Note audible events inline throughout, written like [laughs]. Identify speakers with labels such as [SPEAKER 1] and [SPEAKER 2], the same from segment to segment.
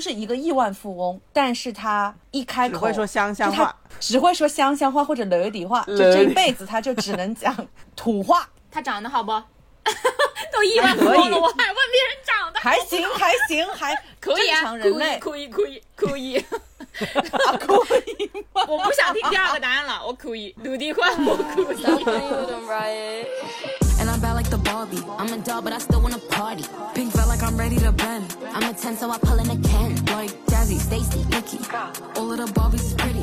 [SPEAKER 1] 是一个亿万富翁，但是他一开口
[SPEAKER 2] 只会说乡下
[SPEAKER 1] 就他
[SPEAKER 2] 话，
[SPEAKER 1] 只会说乡下话或者娄底话，就
[SPEAKER 2] 娄
[SPEAKER 1] 这
[SPEAKER 2] 底
[SPEAKER 1] 一辈子他就只能讲土话，
[SPEAKER 3] 他长得好 [laughs] 不？都亿万富翁
[SPEAKER 2] 还可
[SPEAKER 3] 了，
[SPEAKER 2] 以
[SPEAKER 3] 我还问别人长得
[SPEAKER 1] 还行还行还
[SPEAKER 3] 可以
[SPEAKER 1] 正
[SPEAKER 3] 啊
[SPEAKER 1] 常？人类
[SPEAKER 3] 可以，可以，可 [laughs] 以，可以。
[SPEAKER 1] 啊可以吗？
[SPEAKER 3] [laughs] 我不想听第二个答案了，我可以。鲁地话，我可以。
[SPEAKER 4] And I'm bad like the Barbie. I'm a doll, but I still wanna party. Pink felt like I'm ready to bend. I'm a 10, so I pull in a can. Like Jazzy, Stacy, Nikki. All of the Barbies is pretty.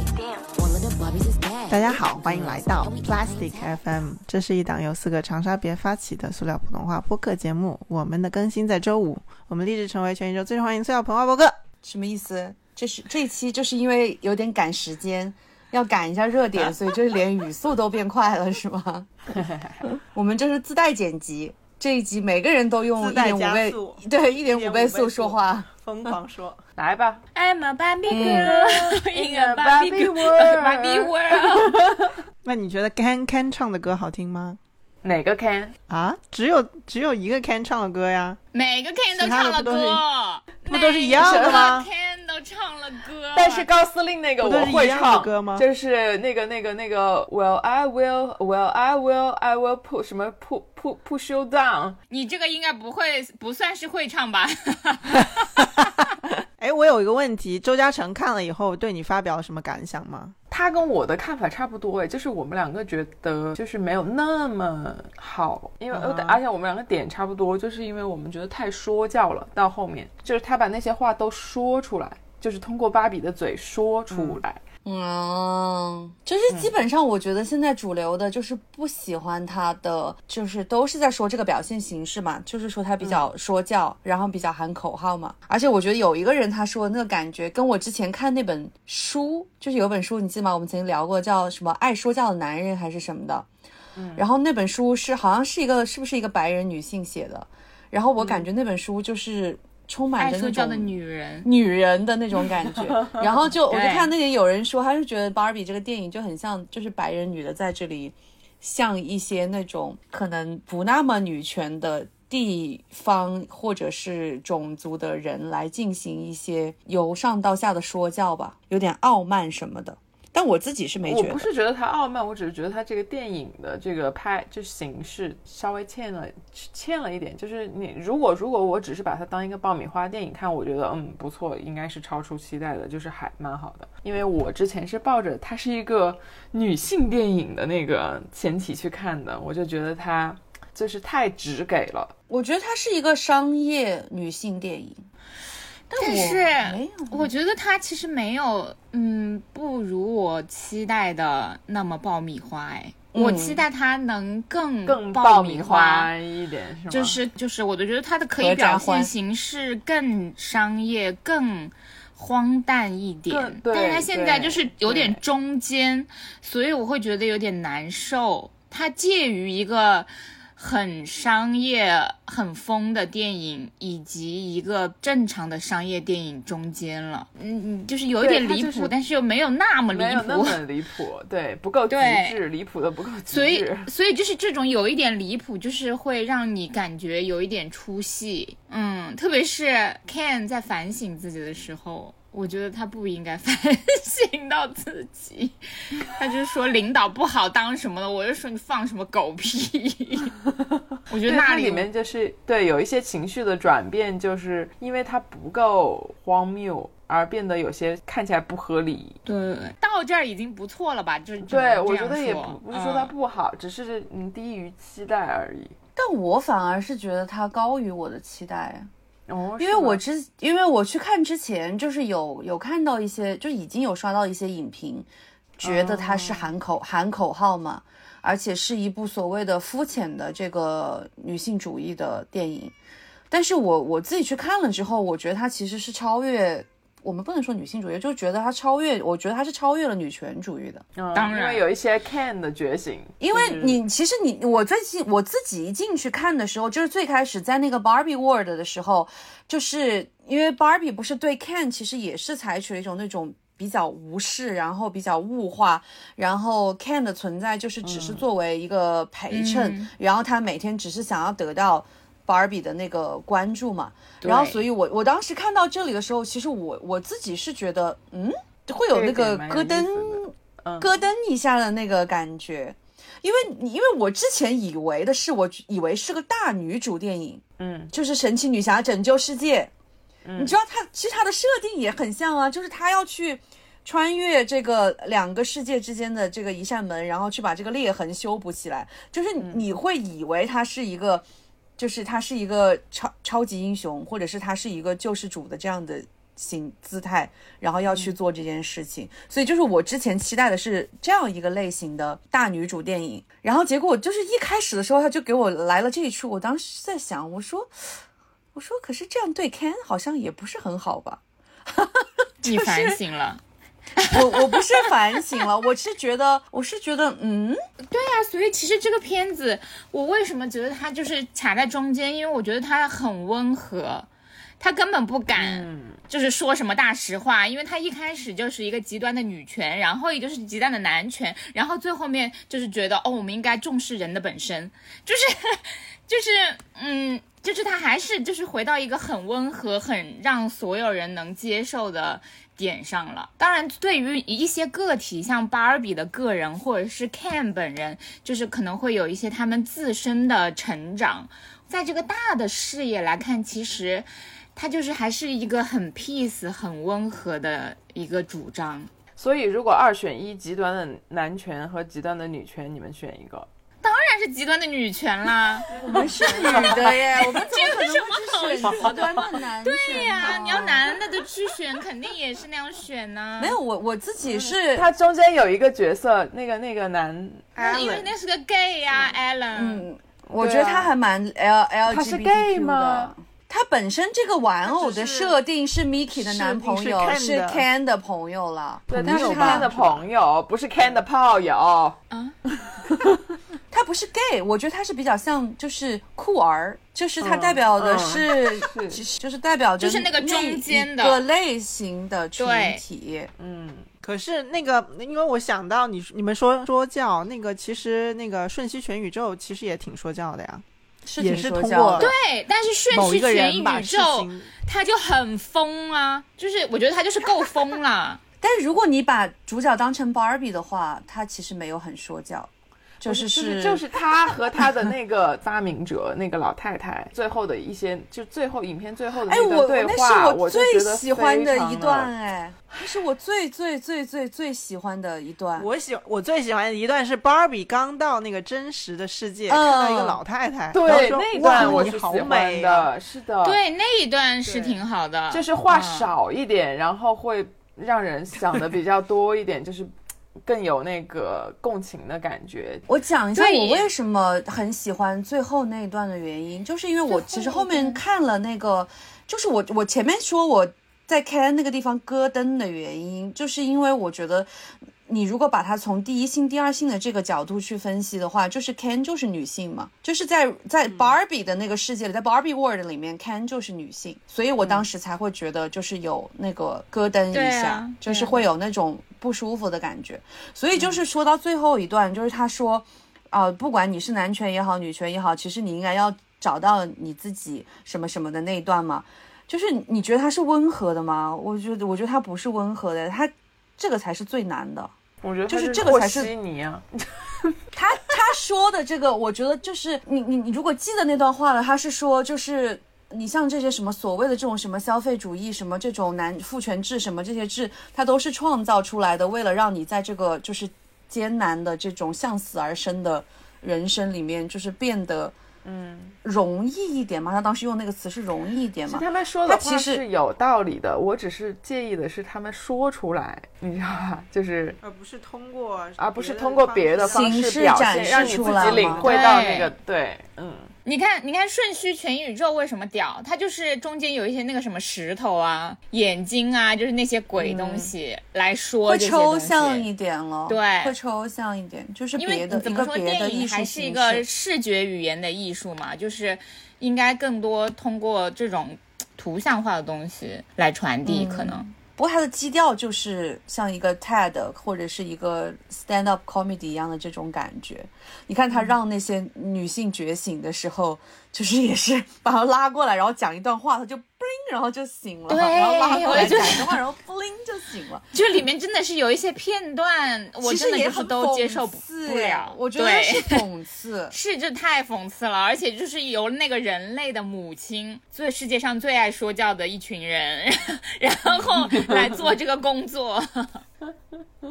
[SPEAKER 4] All of the Barbies is bad.
[SPEAKER 2] 大家好，欢迎来到 Plastic FM，这是一档由四个长沙别发起的塑料普通话播客节目。我们的更新在周五，我们立志成为全宇宙最受欢迎塑料普通话播客。
[SPEAKER 1] 什么意思？这是这一期就是因为有点赶时间，要赶一下热点，所以就是连语速都变快了，是吗？我们这是自带剪辑，这一集每个人都用
[SPEAKER 2] 自
[SPEAKER 1] 一
[SPEAKER 2] 带
[SPEAKER 1] 点五
[SPEAKER 2] 加
[SPEAKER 1] 倍
[SPEAKER 2] 速，
[SPEAKER 1] 对，一点五
[SPEAKER 2] 1.5
[SPEAKER 1] 倍
[SPEAKER 2] 倍
[SPEAKER 1] 速
[SPEAKER 2] 速
[SPEAKER 1] 说话。
[SPEAKER 2] 疯狂说，
[SPEAKER 5] 来吧，
[SPEAKER 3] [laughs] I'm a Barbie girl 嗯 in a
[SPEAKER 5] Barbie
[SPEAKER 3] Barbie
[SPEAKER 5] world.
[SPEAKER 3] Barbie world。
[SPEAKER 2] [laughs]
[SPEAKER 3] [laughs]
[SPEAKER 2] 那你觉得 Can Can 唱的歌好听吗？
[SPEAKER 5] 哪个 can？
[SPEAKER 2] 啊，只有只有一个 Can 唱的歌呀，
[SPEAKER 3] 每个 Ken 都唱了
[SPEAKER 2] 其
[SPEAKER 3] 歌，
[SPEAKER 2] 不都是一样的吗
[SPEAKER 3] 每个 Ken 都唱了歌，
[SPEAKER 5] [laughs] 但是高司令那个
[SPEAKER 2] 不都
[SPEAKER 5] 我
[SPEAKER 2] 是
[SPEAKER 5] 会
[SPEAKER 2] 一样的
[SPEAKER 5] 唱
[SPEAKER 2] 歌吗
[SPEAKER 5] 就是那个那个那个，Well I will, Well I will, I will pull 什么 pull pull push you down。
[SPEAKER 3] 你这个应该不会，不算是会唱 [laughs] 吧？
[SPEAKER 2] [laughs] 哎，我有一个问题，周嘉诚看了以后对你发表了什么感想吗？
[SPEAKER 5] 他跟我的看法差不多哎，就是我们两个觉得就是没有那么好，因为、
[SPEAKER 2] 啊
[SPEAKER 5] 而且我们两个点差不多，就是因为我们觉得太说教了。到后面就是他把那些话都说出来，就是通过芭比的嘴说出来。
[SPEAKER 1] 嗯，就是基本上，我觉得现在主流的就是不喜欢他的，就是都是在说这个表现形式嘛，就是说他比较说教，然后比较喊口号嘛。而且我觉得有一个人他说的那个感觉，跟我之前看那本书，就是有本书你记得吗？我们曾经聊过，叫什么《爱说教的男人》还是什么的。然后那本书是好像是一个是不是一个白人女性写的？然后我感觉那本书就是充满
[SPEAKER 3] 爱
[SPEAKER 1] 着那
[SPEAKER 3] 说
[SPEAKER 1] 种
[SPEAKER 3] 教的女人，
[SPEAKER 1] 女人的那种感 [laughs] 觉。然后就我就
[SPEAKER 3] 对
[SPEAKER 1] 看那里有人说，他就觉得《芭比》这个电影就很像，就是白人女的在这里，像一些那种可能不那么女权的。地方或者是种族的人来进行一些由上到下的说教吧，有点傲慢什么的。但我自己是没
[SPEAKER 5] 我
[SPEAKER 1] 觉得，
[SPEAKER 5] 不是觉得他傲慢，我只是觉得他这个电影的这个拍就是形式稍微欠了欠了一点。就是你如果如果我只是把它当一个爆米花电影看，我觉得嗯不错，应该是超出期待的，就是还蛮好的。因为我之前是抱着它是一个女性电影的那个前提去看的，我就觉得它就是太直给了。
[SPEAKER 1] 我觉得它是一个商业女性电影。
[SPEAKER 3] 但
[SPEAKER 1] 我
[SPEAKER 3] 是
[SPEAKER 1] 没有
[SPEAKER 3] 我觉得他其实没有，嗯，不如我期待的那么爆米花哎。我期待他能更
[SPEAKER 5] 嗯更
[SPEAKER 3] 爆
[SPEAKER 5] 爆
[SPEAKER 3] 米
[SPEAKER 5] 米花一点是吗？
[SPEAKER 3] 就是就是，我都觉得他的可
[SPEAKER 1] 合家
[SPEAKER 3] 以表
[SPEAKER 1] 欢
[SPEAKER 3] 现形式更商业、更荒诞一点
[SPEAKER 5] 更，对
[SPEAKER 3] 但是他现在
[SPEAKER 5] 对
[SPEAKER 3] 就是有点
[SPEAKER 5] 对
[SPEAKER 3] 中间，所以我会觉得有点难受。它介于一个很商业、很疯的电影，以及一个正常的商业电影中间了。嗯，嗯，就是有一
[SPEAKER 5] 对
[SPEAKER 3] 点
[SPEAKER 5] 它
[SPEAKER 3] 离
[SPEAKER 5] 就
[SPEAKER 3] 谱，
[SPEAKER 5] 是
[SPEAKER 3] 但是又没有那么离
[SPEAKER 5] 没有那
[SPEAKER 3] 谱。
[SPEAKER 5] 么离谱，对，不够极
[SPEAKER 3] 对
[SPEAKER 5] 致，离谱的不够极致。
[SPEAKER 3] 所以，所以就是这种有一点离谱，就是会让你感觉有一点出戏。嗯，特别是 Ken 在反省自己的时候，我觉得他不应该反省到自己。 [laughs] 他就是说领导不好当什么的，我就说你放什么狗
[SPEAKER 5] [laughs]
[SPEAKER 3] 屁。我觉得
[SPEAKER 5] 对
[SPEAKER 3] 那
[SPEAKER 5] 它
[SPEAKER 3] 里
[SPEAKER 5] 里面就是对有一些情绪的转变，就是因为它不够荒谬而变得有些看起来不合理。
[SPEAKER 3] 对到这儿已经不错了吧？就是
[SPEAKER 5] 对，我觉得也不不是说它
[SPEAKER 3] 嗯
[SPEAKER 5] 不好，只是嗯低于期待而已。
[SPEAKER 1] 但我反而是觉得它高于我的期待。
[SPEAKER 5] 哦，
[SPEAKER 1] 因为我之，因为我去看之前，就是有有看到一些，就已经有刷到一些影评，觉得它是喊口、喊口号嘛，而且是一部所谓的肤浅的这个女性主义的电影。但是我我自己去看了之后，我觉得它其实是超越，我们不能说女性主义，就觉得它超越，我觉得它是超越了女权主义的。
[SPEAKER 3] 当
[SPEAKER 5] 当
[SPEAKER 3] 然
[SPEAKER 5] 嗯因为有一些 can 的觉醒，
[SPEAKER 1] 因为
[SPEAKER 3] 嗯
[SPEAKER 1] 你其实你我最近我自己一进去看的时候，就是最开始在那个 Barbie World 的时候，就是因为 Barbie 不是对 Ken 其实也是采取了一种那种比较无视，然后比较物化，然后 Ken 的存在就是只是作为一个陪衬，
[SPEAKER 3] 嗯
[SPEAKER 1] 然后他每天只是想要得到。 Barbie 的那个关注嘛。
[SPEAKER 3] 对
[SPEAKER 1] 然后，所以我我当时看到这里的时候，其实我我自己是觉得，嗯，会有那个咯噔
[SPEAKER 5] 嗯
[SPEAKER 1] 咯噔一下的那个感觉，因为你因为我之前以为的是，我以为是个大女主电影，
[SPEAKER 5] 嗯，
[SPEAKER 1] 就是神奇女侠拯救世界。你知道它其实它的设定也很像啊，就是她要去穿越这个两个世界之间的这个一扇门，然后去把这个裂痕修补起来。就是
[SPEAKER 5] 嗯
[SPEAKER 1] 你会以为它是一个，就是它是一个超超级英雄，或者是它是一个救世主的这样的形姿态，然后要去做这件事情。所以就是我之前期待的是这样一个类型的大女主电影，然后结果就是一开始的时候他就给我来了这一出，我当时在想，我说。我说，可是这样对 Ken 好像也不是很好吧？
[SPEAKER 3] 你反省了。
[SPEAKER 1] 我我不是反省了，我是觉得，我是觉得，嗯，
[SPEAKER 3] 对啊，所以其实这个片子，我为什么觉得它就是卡在中间？因为我觉得它很温和，它根本不敢就是说什么大实话，因为它一开始就是一个极端的女权，然后也就是极端的男权，然后最后面就是觉得哦，我们应该重视人的本身，就是 [laughs] 就是嗯。就是它还是就是回到一个很温和、很让所有人能接受的点上了。当然，对于一些个体，像芭比的个人或者是 Ken 本人，就是可能会有一些他们自身的成长。在这个大的视野来看，其实它就是还是一个很 peace、很温和的一个主张。
[SPEAKER 5] 所以如果二选一，极端的男权和极端的女权，你们选一个。
[SPEAKER 3] 当然是极端的女权
[SPEAKER 2] [laughs]
[SPEAKER 3] 啦，
[SPEAKER 1] 我们是女的耶，我们怎么可能会去选极端的
[SPEAKER 3] [laughs]
[SPEAKER 1] 男？对
[SPEAKER 3] 对呀、
[SPEAKER 2] 嗯
[SPEAKER 3] 你要男的都去选，肯定也是那样选呐、
[SPEAKER 1] 没有我我自己是，
[SPEAKER 5] 他中间有一个角色，那个那个男，
[SPEAKER 3] 那因为那是个 gay 啊呀、a l l n
[SPEAKER 1] 嗯，我觉得他还蛮 L L
[SPEAKER 5] 啊他
[SPEAKER 1] G
[SPEAKER 5] 是
[SPEAKER 1] B
[SPEAKER 5] gay
[SPEAKER 1] T
[SPEAKER 5] 吗
[SPEAKER 1] 的。？他本身这个玩偶的设定是 Mickey 的男朋友，
[SPEAKER 2] 设定是
[SPEAKER 1] 是 Ken 的朋友了。
[SPEAKER 5] 对，他
[SPEAKER 1] 但
[SPEAKER 5] 是
[SPEAKER 1] 是
[SPEAKER 5] Ken
[SPEAKER 1] 他
[SPEAKER 5] 的朋友，不是 Ken 的炮友。
[SPEAKER 1] 他不是 gay，我觉得他是比较像就是酷儿，就是他代表的是，
[SPEAKER 5] 嗯
[SPEAKER 1] 只是就是代表着
[SPEAKER 3] 就是那个中间
[SPEAKER 1] 那
[SPEAKER 3] 的
[SPEAKER 1] 一个类型的群体。
[SPEAKER 5] 嗯，
[SPEAKER 2] 可是那个，因为我想到你你们说说教那个，其实那个《瞬息全宇宙》其实也挺说教的呀，
[SPEAKER 1] 是
[SPEAKER 2] 也
[SPEAKER 1] 挺
[SPEAKER 2] 是
[SPEAKER 1] 说
[SPEAKER 2] 通
[SPEAKER 1] 教
[SPEAKER 2] 过
[SPEAKER 1] 的，
[SPEAKER 3] 对，但是顺
[SPEAKER 2] 某
[SPEAKER 3] 序
[SPEAKER 2] 一个
[SPEAKER 3] 全
[SPEAKER 2] 人
[SPEAKER 3] 宇
[SPEAKER 2] 把事
[SPEAKER 3] 宙，
[SPEAKER 2] 情
[SPEAKER 3] 他就很疯啊，就是我觉得他就是够
[SPEAKER 1] [laughs]
[SPEAKER 3] 疯了。
[SPEAKER 1] 但是如果你把主角当成 Barbie 的话，他其实没有很说教，就
[SPEAKER 5] 就是是就是他和他的
[SPEAKER 1] [laughs]
[SPEAKER 5] 那个发明者那个老太太最后的一些，就最后影片最后的
[SPEAKER 1] 哎，
[SPEAKER 5] 那
[SPEAKER 1] 我
[SPEAKER 5] 段对
[SPEAKER 1] 那
[SPEAKER 5] 话，
[SPEAKER 1] 是
[SPEAKER 5] 我就
[SPEAKER 1] 最
[SPEAKER 5] 觉得
[SPEAKER 1] 喜欢的
[SPEAKER 5] 非常
[SPEAKER 1] 一段，哎，那是我最最最最最喜欢的一段。
[SPEAKER 2] 我喜我最喜欢的一段是芭比刚到那个真实的世
[SPEAKER 1] 嗯
[SPEAKER 2] 界，看到一个老太太，然后
[SPEAKER 5] 对
[SPEAKER 2] 说
[SPEAKER 5] 那
[SPEAKER 2] 哇
[SPEAKER 5] 段我
[SPEAKER 2] 你
[SPEAKER 5] 是
[SPEAKER 2] 好
[SPEAKER 5] 喜欢
[SPEAKER 2] 美啊，
[SPEAKER 5] 的，是的，，
[SPEAKER 3] 对，那一段是挺好的，
[SPEAKER 5] 就是话
[SPEAKER 3] 嗯。
[SPEAKER 5] 少一点，然后会让人想的比较多一点，就是更有那个共情的感觉。
[SPEAKER 1] 我讲一下
[SPEAKER 3] 对
[SPEAKER 1] 我为什么很喜欢最后那一段的原因，就是因为我其实后面看了那个，就是我我前面说我在 Ken 那个地方咯噔的原因，就是因为我觉得。你如果把它从第一性、第二性的这个角度去分析的话，就是 Ken 就是女性嘛，就是在在
[SPEAKER 3] 嗯
[SPEAKER 1] Barbie 的那个世界里，在 Barbie World 里面，Ken 就是女性，所以我当时才会觉得就是有那个咯噔一
[SPEAKER 3] 嗯对啊
[SPEAKER 1] 下，就是会有那种不舒服的感觉。所以
[SPEAKER 3] 嗯
[SPEAKER 1] 就是说到最后一段，就是他说，呃，不管你是男权也好，女权也好，其实你应该要找到你自己什么什么的那一段嘛。就是你觉得他是温和的吗？我觉得，我觉得他不是温和的，他这个才是最难的。
[SPEAKER 5] 我觉得
[SPEAKER 1] 就是
[SPEAKER 5] 他
[SPEAKER 1] 这个才
[SPEAKER 5] 和
[SPEAKER 1] 是
[SPEAKER 5] 稀泥啊，
[SPEAKER 1] 他他说的这个，我觉得就是你你你如果记得那段话了，他是说就是你像这些什么所谓的这种什么消费主义，什么这种男父权制，什么这些制，它都是创造出来的，为了让你在这个就是艰难的这种向死而生的人生里面，就是变得嗯容易一点嘛。他当时用那个词是容易一点
[SPEAKER 5] 其
[SPEAKER 1] 嘛
[SPEAKER 5] 实。他们说的
[SPEAKER 1] 他
[SPEAKER 5] 话
[SPEAKER 1] 其实
[SPEAKER 5] 是有道理的，我只是介意的是他们说出来，你知道吧？就是
[SPEAKER 2] 而不是通过
[SPEAKER 5] 而不是通过别的方
[SPEAKER 1] 形
[SPEAKER 5] 式
[SPEAKER 1] 式
[SPEAKER 5] 表
[SPEAKER 1] 展
[SPEAKER 5] 现，
[SPEAKER 1] 示
[SPEAKER 5] 让你
[SPEAKER 1] 出
[SPEAKER 5] 自
[SPEAKER 1] 来
[SPEAKER 5] 己领
[SPEAKER 1] 嘛
[SPEAKER 5] 会到那
[SPEAKER 3] 对
[SPEAKER 5] 个对，嗯，
[SPEAKER 3] 你看，你看《瞬息全宇宙》为什么屌？它就是中间有一些那个什么石头啊、眼睛啊，就是那些鬼东西来说
[SPEAKER 1] 嗯会
[SPEAKER 3] 这些东
[SPEAKER 1] 抽
[SPEAKER 3] 西
[SPEAKER 1] 象一点了，
[SPEAKER 3] 对
[SPEAKER 1] 会抽象一点，就是
[SPEAKER 3] 因为
[SPEAKER 1] 别的
[SPEAKER 3] 你怎
[SPEAKER 1] 一个
[SPEAKER 3] 么说，
[SPEAKER 1] 别的
[SPEAKER 3] 电
[SPEAKER 1] 艺
[SPEAKER 3] 影
[SPEAKER 1] 术
[SPEAKER 3] 还是一
[SPEAKER 1] 形
[SPEAKER 3] 个
[SPEAKER 1] 式
[SPEAKER 3] 视觉语言的艺术嘛，就是
[SPEAKER 1] 嗯
[SPEAKER 3] 应该更多通过这种嘖图像化的东西来传递，可能。
[SPEAKER 1] 不过它的基调就是像一个 TED 或者是一个 stand up comedy 一样的这种感觉。你看
[SPEAKER 3] 嗯
[SPEAKER 1] 他让那些女性觉醒的时候，就是也是 [laughs] 把她拉过来，然后讲一段话，她就 bling，然后就醒了，
[SPEAKER 3] 对
[SPEAKER 1] 然后拉过
[SPEAKER 3] 我
[SPEAKER 1] 来
[SPEAKER 3] 也觉
[SPEAKER 1] 讲
[SPEAKER 3] 得
[SPEAKER 1] 一段话，然后 bling 就醒了。
[SPEAKER 3] 就里面真的是有一些片段，我
[SPEAKER 1] 其
[SPEAKER 3] 真
[SPEAKER 1] 实
[SPEAKER 3] 的
[SPEAKER 1] 也
[SPEAKER 3] 就是
[SPEAKER 1] 很
[SPEAKER 3] 都接
[SPEAKER 1] 讽
[SPEAKER 3] 受不
[SPEAKER 1] 刺
[SPEAKER 3] 不了。
[SPEAKER 1] 我觉得
[SPEAKER 3] 对
[SPEAKER 1] 是讽刺。
[SPEAKER 3] 是，这太讽刺了，而且就是由那个人类的母亲，最世界上最爱说教的一群人， [laughs] 然
[SPEAKER 1] [laughs]
[SPEAKER 3] 后来做这个工作。 [laughs]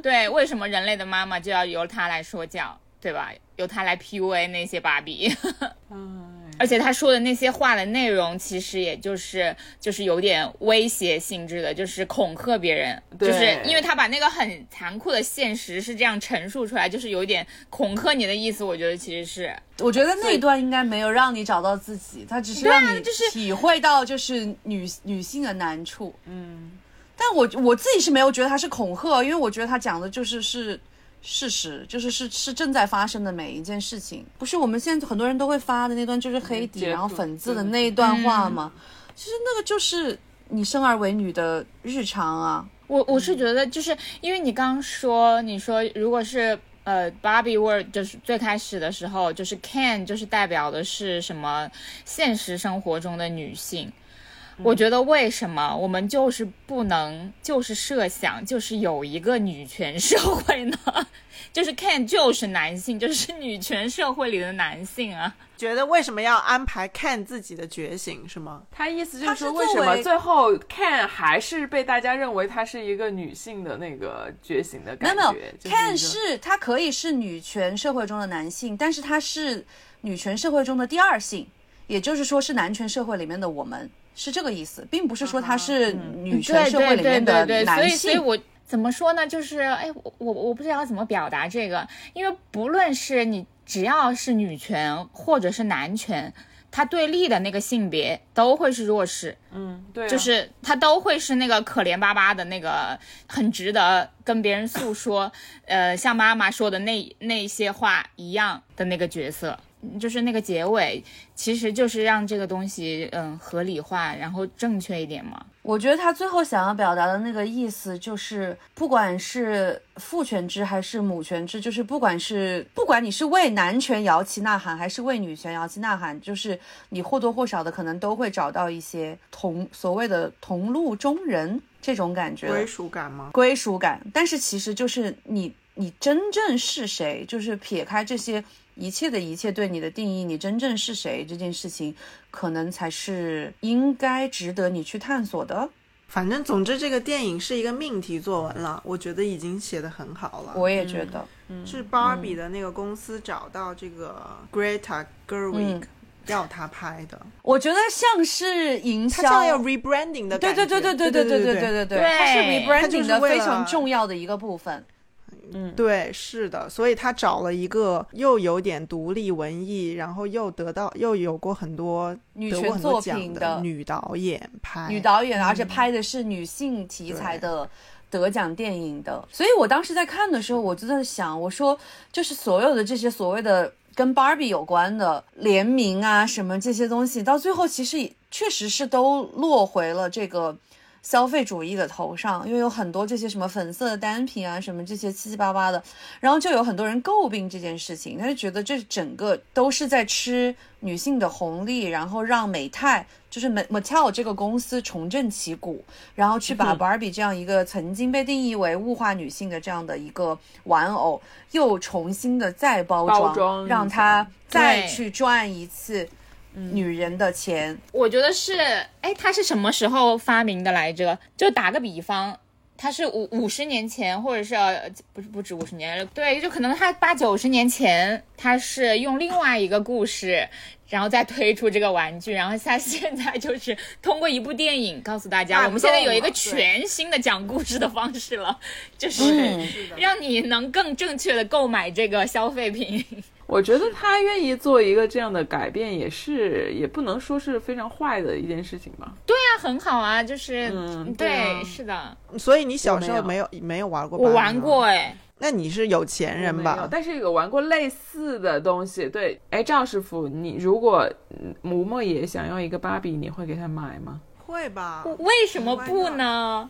[SPEAKER 3] 对，为什么人类的妈妈就要由她来说教，对吧？由她来 PUA 那些芭比，
[SPEAKER 5] 哎，
[SPEAKER 3] 而且她说的那些话的内容，其实也就是就是有点威胁性质的，就是恐吓别人，
[SPEAKER 5] 对
[SPEAKER 3] 就是因为她把那个很残酷的现实是这样陈述出来，就是有一点恐吓你的意思。我觉得其实是。
[SPEAKER 1] 我觉得那一段应该没有让你找到自己，它只是
[SPEAKER 3] 对啊
[SPEAKER 1] 让你
[SPEAKER 3] 就是
[SPEAKER 1] 体会到就是女女性的难处。
[SPEAKER 5] 嗯，
[SPEAKER 1] 但我我自己是没有觉得他是恐吓，因为我觉得他讲的就是是事实，就是是是正在发生的每一件事情，不是我们现在很多人都会发的那段就是黑底
[SPEAKER 5] 截图
[SPEAKER 1] 然后粉字的那一段
[SPEAKER 3] 嗯
[SPEAKER 1] 话吗？其实那个就是你生而为女的日常啊，
[SPEAKER 3] 我我是觉得，就是因为你刚刚说，你说如果是呃，Barbie World 就是最开始的时候，就是 Ken 就是代表的是什么现实生活中的女性。我觉得为什么我们就是不能，就是设想，就是有一个女权社会呢？ [laughs] 就是 Ken 就是男性，就是女权社会里的男性啊。
[SPEAKER 2] 觉得为什么要安排看自己的觉醒是吗？
[SPEAKER 5] 他意思就
[SPEAKER 1] 他
[SPEAKER 5] 是说，
[SPEAKER 1] 是
[SPEAKER 5] 为
[SPEAKER 1] 作
[SPEAKER 5] 什么
[SPEAKER 1] 为
[SPEAKER 5] 最后 Ken 还是被大家认为她是一个女性的那个觉醒的
[SPEAKER 1] 没有
[SPEAKER 5] 感
[SPEAKER 1] 没
[SPEAKER 5] 觉？
[SPEAKER 1] 有
[SPEAKER 5] 就是一个
[SPEAKER 1] ，Ken 是他可以是女权社会中的男性，但是他是女权社会中的第二性，也就是说是男权社会里面的我们。是这个意思，并不是说他是
[SPEAKER 5] 嗯
[SPEAKER 1] 女权
[SPEAKER 3] 对
[SPEAKER 1] 社会
[SPEAKER 3] 对
[SPEAKER 1] 里
[SPEAKER 3] 对
[SPEAKER 1] 面的
[SPEAKER 3] 对对，所
[SPEAKER 1] 男
[SPEAKER 3] 以
[SPEAKER 1] 性
[SPEAKER 3] 所以，我怎么说呢？就是哎，我我我不知道怎么表达这个，因为不论是你只要是女权或者是男权，它对立的那个性别都会是弱势，
[SPEAKER 5] 嗯，对啊、
[SPEAKER 3] 就是他都会是那个可怜巴巴的那个，很值得跟别人诉说，呃，像妈妈说的那那些话一样的那个角色，嗯就是那个结尾，其实就是让这个东西嗯合理化，然后正确一点嘛。
[SPEAKER 1] 我觉得他最后想要表达的那个意思就是，不管是父权制还是母权制，就是不管是不管你是为男权摇旗呐喊，还是为女权摇旗呐喊，就是你或多或少的可能都会找到一些同所谓的同路中人这种感觉
[SPEAKER 2] 归属感吗？
[SPEAKER 1] 归属感。但是其实就是你，你真正是谁，就是撇开这些一切的一切对你的定义，你真正是谁这件事情，可能才是应该值得你去探索的。
[SPEAKER 2] 反正总之，这个电影是一个命题作文了，我觉得已经写得很好了。
[SPEAKER 1] 我也觉得，
[SPEAKER 2] 是芭比
[SPEAKER 1] 嗯
[SPEAKER 2] 的那个公司找到这个 Greta Gerwig、要
[SPEAKER 1] 嗯
[SPEAKER 2] 他拍的，
[SPEAKER 1] 我觉得像是营
[SPEAKER 2] 他像要
[SPEAKER 1] 销。
[SPEAKER 2] rebranding 的
[SPEAKER 1] 对对
[SPEAKER 2] 感觉，
[SPEAKER 1] 对对对
[SPEAKER 2] 对
[SPEAKER 1] 对
[SPEAKER 2] 对
[SPEAKER 1] 对对对
[SPEAKER 2] 对
[SPEAKER 1] 对，
[SPEAKER 3] 对
[SPEAKER 1] 它是
[SPEAKER 2] 它就是
[SPEAKER 1] rebranding 的
[SPEAKER 2] 为
[SPEAKER 1] 非
[SPEAKER 2] 了
[SPEAKER 1] 常重要的一个部分。
[SPEAKER 2] 对是的，所以他找了一个又有点独立文艺，然后又得到又有过很多
[SPEAKER 1] 女
[SPEAKER 2] 得过
[SPEAKER 1] 权
[SPEAKER 2] 很
[SPEAKER 1] 作
[SPEAKER 2] 多奖
[SPEAKER 1] 品
[SPEAKER 2] 的女导演拍
[SPEAKER 1] 女导演，而
[SPEAKER 2] 嗯
[SPEAKER 1] 且拍的是女性题材的得奖电影的。所以我当时在看的时候，我就在想，我说就是所有的这些所谓的跟 Barbie 有关的联名啊什么这些东西，到最后其实也确实是都落回了这个。消费主义的头上，因为有很多这些什么粉色的单品啊，什么这些七七八八的，然后就有很多人诟病这件事情，他就觉得这整个都是在吃女性的红利，然后让美泰就是 Mat- Mattel 这个公司重振旗鼓，然后去把
[SPEAKER 5] 嗯
[SPEAKER 1] Barbie 这样一个曾经被定义为物化女性的这样的一个玩偶，又重新的再包装，
[SPEAKER 5] 包装一下嗯
[SPEAKER 1] 让它再
[SPEAKER 3] 对
[SPEAKER 1] 去赚一次女人的钱。
[SPEAKER 3] 我觉得是，哎，它是什么时候发明的来着？就打个比方，它是五五十年前，或者是呃不是不止五十年，对，就可能它八九十年前，它是用另外一个故事，然后再推出这个玩具，然后它现在就是通过一部电影告诉大家，
[SPEAKER 2] 感动
[SPEAKER 3] 我们现在有一个
[SPEAKER 2] 了对
[SPEAKER 3] 全新的讲故事的方式了，就是让你能更正确的购买这个消费品。
[SPEAKER 5] 我觉得他愿意做一个这样的改变，也是也不能说是非常坏的一件事情吧。
[SPEAKER 3] 那很好啊，就是、
[SPEAKER 5] 嗯
[SPEAKER 3] 对，
[SPEAKER 5] 对啊
[SPEAKER 3] 是的，
[SPEAKER 2] 所以你小时候
[SPEAKER 5] 我
[SPEAKER 2] 没
[SPEAKER 5] 没
[SPEAKER 2] 有没有玩过？
[SPEAKER 3] 我玩过，哎、
[SPEAKER 2] 那你是有钱人
[SPEAKER 5] 没有
[SPEAKER 2] 吧？
[SPEAKER 5] 但是有玩过类似的东西。对，哎，赵师傅，你如果嗯吴莫
[SPEAKER 2] 啊
[SPEAKER 5] 也想要一个芭比，你会给他买吗？
[SPEAKER 2] 会吧
[SPEAKER 3] 为什么不呢？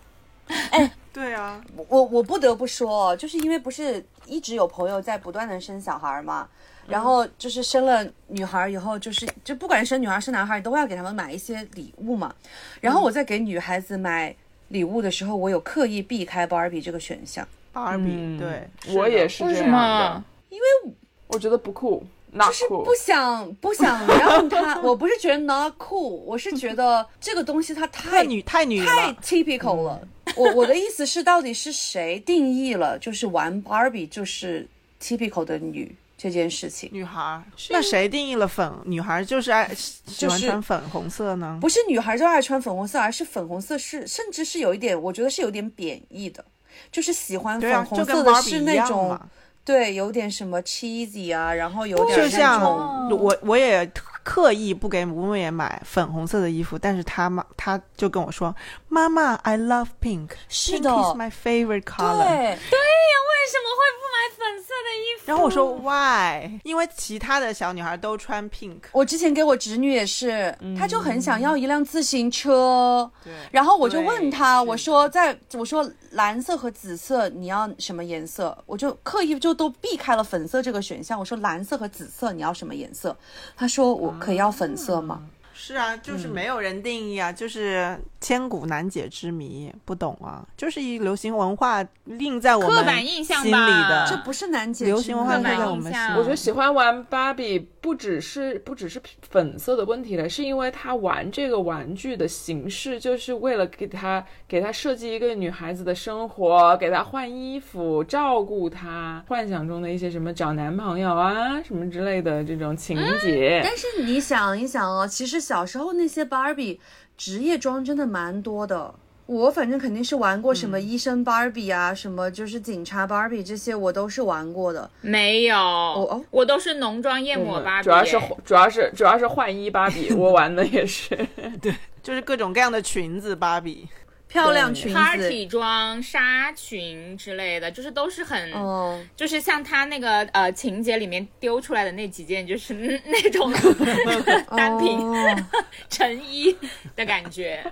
[SPEAKER 2] 对啊，
[SPEAKER 1] 我我不得不说，哦，就是因为不是一直有朋友在不断的生小孩嘛，然后就是生了女孩以后，就是就不管是生女孩生男孩，都要给他们买一些礼物嘛。然后我在给女孩子买礼物的时候，我有刻意避开芭比这个选项，
[SPEAKER 2] 芭比、
[SPEAKER 5] 嗯
[SPEAKER 2] 对，
[SPEAKER 5] 我
[SPEAKER 2] 是的
[SPEAKER 5] 也是
[SPEAKER 3] 为
[SPEAKER 5] 这
[SPEAKER 3] 什
[SPEAKER 5] 样的
[SPEAKER 1] 啊
[SPEAKER 3] 么，？
[SPEAKER 5] 我觉得不酷，not
[SPEAKER 1] 就是
[SPEAKER 5] 酷
[SPEAKER 1] 不。想不想让他， [laughs] 我不是觉得 not cool，我是觉得这个东西它
[SPEAKER 2] 太
[SPEAKER 1] 太
[SPEAKER 2] 女太女了
[SPEAKER 1] 太
[SPEAKER 2] 吧，
[SPEAKER 1] typical 了。我 [laughs] 我的意思是，到底是谁定义了就是玩 Barbie 就是 typical 的女这件事情？
[SPEAKER 2] 女孩儿。那谁定义了粉？女孩儿就是爱喜喜欢
[SPEAKER 1] 就是
[SPEAKER 2] 穿粉红色呢？
[SPEAKER 1] 不是女孩就爱穿粉红色，而是粉红色是甚至是有一点，我觉得是有点贬义的，就是喜欢
[SPEAKER 2] 对啊
[SPEAKER 1] 粉，红
[SPEAKER 2] 就跟
[SPEAKER 1] 色的
[SPEAKER 2] 芭比
[SPEAKER 1] 是
[SPEAKER 2] 一
[SPEAKER 1] 那
[SPEAKER 2] 样
[SPEAKER 1] 种
[SPEAKER 2] 嘛。
[SPEAKER 1] 对，有点什么 cheesy 啊，然后有点
[SPEAKER 2] 就
[SPEAKER 1] 那
[SPEAKER 2] 像
[SPEAKER 1] 种
[SPEAKER 2] 我我也刻意不给吴梦也买粉红色的衣服，但是她妈她就跟我说：“妈妈，I love pink，pink
[SPEAKER 1] 是
[SPEAKER 2] is
[SPEAKER 1] 的，
[SPEAKER 2] my favorite color。”
[SPEAKER 1] 对，
[SPEAKER 3] 为什么会不买粉色的衣服？
[SPEAKER 2] 然后我说 Why？因为其他的小女孩都穿 pink。
[SPEAKER 1] 我之前给我侄女也是，她就很想要一辆自行车，
[SPEAKER 2] 嗯对
[SPEAKER 1] 然后我就问
[SPEAKER 5] 对
[SPEAKER 1] 她，
[SPEAKER 5] 是的
[SPEAKER 1] 我说在我说蓝色和紫色你要什么颜色？我就刻意就都避开了粉色这个选项，我说蓝色和紫色你要什么颜色？她说我可以要粉色吗？
[SPEAKER 2] 是啊，
[SPEAKER 3] 嗯
[SPEAKER 2] 就是没有人定义啊，就是千古难解之谜，不懂啊，就是一流行文化印在我们
[SPEAKER 3] 刻板印象吧
[SPEAKER 2] 心里的，
[SPEAKER 1] 这不是难解之谜，
[SPEAKER 2] 啊流行文化
[SPEAKER 3] 刻
[SPEAKER 2] 印
[SPEAKER 3] 板
[SPEAKER 2] 在我
[SPEAKER 3] 印
[SPEAKER 2] 们心
[SPEAKER 3] 象
[SPEAKER 2] 里。
[SPEAKER 3] 我
[SPEAKER 5] 我觉得喜欢玩芭比不只是不只是粉色的问题了，是因为他玩这个玩具的形式，就是为了给她给她设计一个女孩子的生活，给她换衣服，照顾她，幻想中的一些什么找男朋友啊什么之类的这种情节。
[SPEAKER 1] 但是你想一想哦，其实小时候那些芭比职业装真的蛮多的。我反正肯定是玩过什
[SPEAKER 2] 嗯
[SPEAKER 1] 么医生芭比啊，什么就是警察芭比这些，我都是玩过的。
[SPEAKER 3] 没有，
[SPEAKER 1] 哦
[SPEAKER 3] 我都嗯是浓妆艳抹芭比，
[SPEAKER 5] 嗯主要是主要是主要是换衣芭比，我玩的也是。 [laughs]
[SPEAKER 2] 就是各种各样的裙子，芭比
[SPEAKER 1] 漂亮裙子，
[SPEAKER 3] party 装、纱裙之类的，就是都是很，
[SPEAKER 2] 嗯
[SPEAKER 1] 哦，
[SPEAKER 3] 就是像他那个呃情节里面丢出来的那几件，就是嗯 [laughs] 那种单品
[SPEAKER 1] 哦
[SPEAKER 3] 成衣的感觉。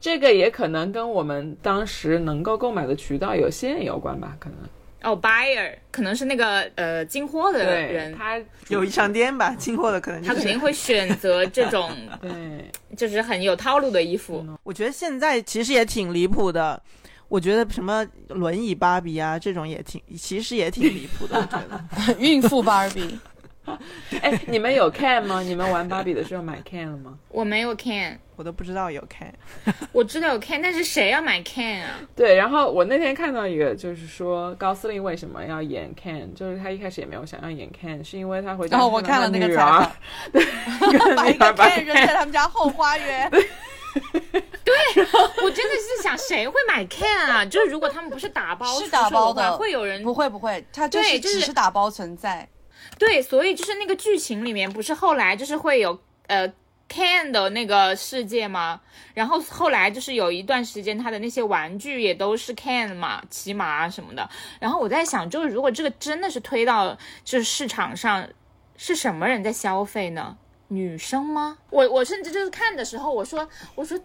[SPEAKER 5] 这个也可能跟我们当时能够购买的渠道有限有关吧，可能。
[SPEAKER 3] 哦，buyer 可能是那个呃进货的人，
[SPEAKER 5] 他
[SPEAKER 2] 有一场店吧，进货的可能
[SPEAKER 3] 他
[SPEAKER 2] 就
[SPEAKER 3] 肯
[SPEAKER 2] 是
[SPEAKER 3] 定。会选择这种
[SPEAKER 5] [laughs] 对，
[SPEAKER 3] 就是很有套路的衣服。
[SPEAKER 2] 我觉得现在其实也挺离谱的。我觉得什么轮椅芭比啊，这种也挺，其实也挺离谱的。我觉得
[SPEAKER 1] 孕妇芭
[SPEAKER 2] [laughs]
[SPEAKER 1] 比，
[SPEAKER 5] 哎，你们有 can 吗？你们玩芭比的时候买 can 了吗？
[SPEAKER 3] 我没有 can，
[SPEAKER 2] 我都不知道有看，
[SPEAKER 3] 我知道有 can，但是谁要买 can 啊？
[SPEAKER 5] 对，然后我那天看到一个，就是说高司令为什么要演 can，就是他一开始也没有想要演 can，是因为他回家
[SPEAKER 2] 哦我
[SPEAKER 5] 看
[SPEAKER 2] 看了那个
[SPEAKER 5] 女
[SPEAKER 2] 采
[SPEAKER 5] 儿啊
[SPEAKER 2] 访，
[SPEAKER 5] [laughs] 对，跟
[SPEAKER 2] 把一
[SPEAKER 5] 女
[SPEAKER 2] 个
[SPEAKER 5] 儿把
[SPEAKER 2] Ken 扔在他们家后
[SPEAKER 1] [laughs]
[SPEAKER 2] 花园。
[SPEAKER 3] 我真的是想，谁会买 can 啊？就是如果他们不是打包
[SPEAKER 1] 是打包的
[SPEAKER 3] 出售话会有人
[SPEAKER 1] 不会不会，它就
[SPEAKER 3] 对
[SPEAKER 1] 是
[SPEAKER 3] 就是
[SPEAKER 1] 只是打包存在。
[SPEAKER 3] 对，所以就是那个剧情里面不是后来就是会有呃 can 的那个世界吗？然后后来就是有一段时间，他的那些玩具也都是 can 嘛，骑马啊什么的。然后我在想，就是如果这个真的是推到就是市场上，是什么人在消费呢？女生吗？我我甚至就是看的时候，我说我说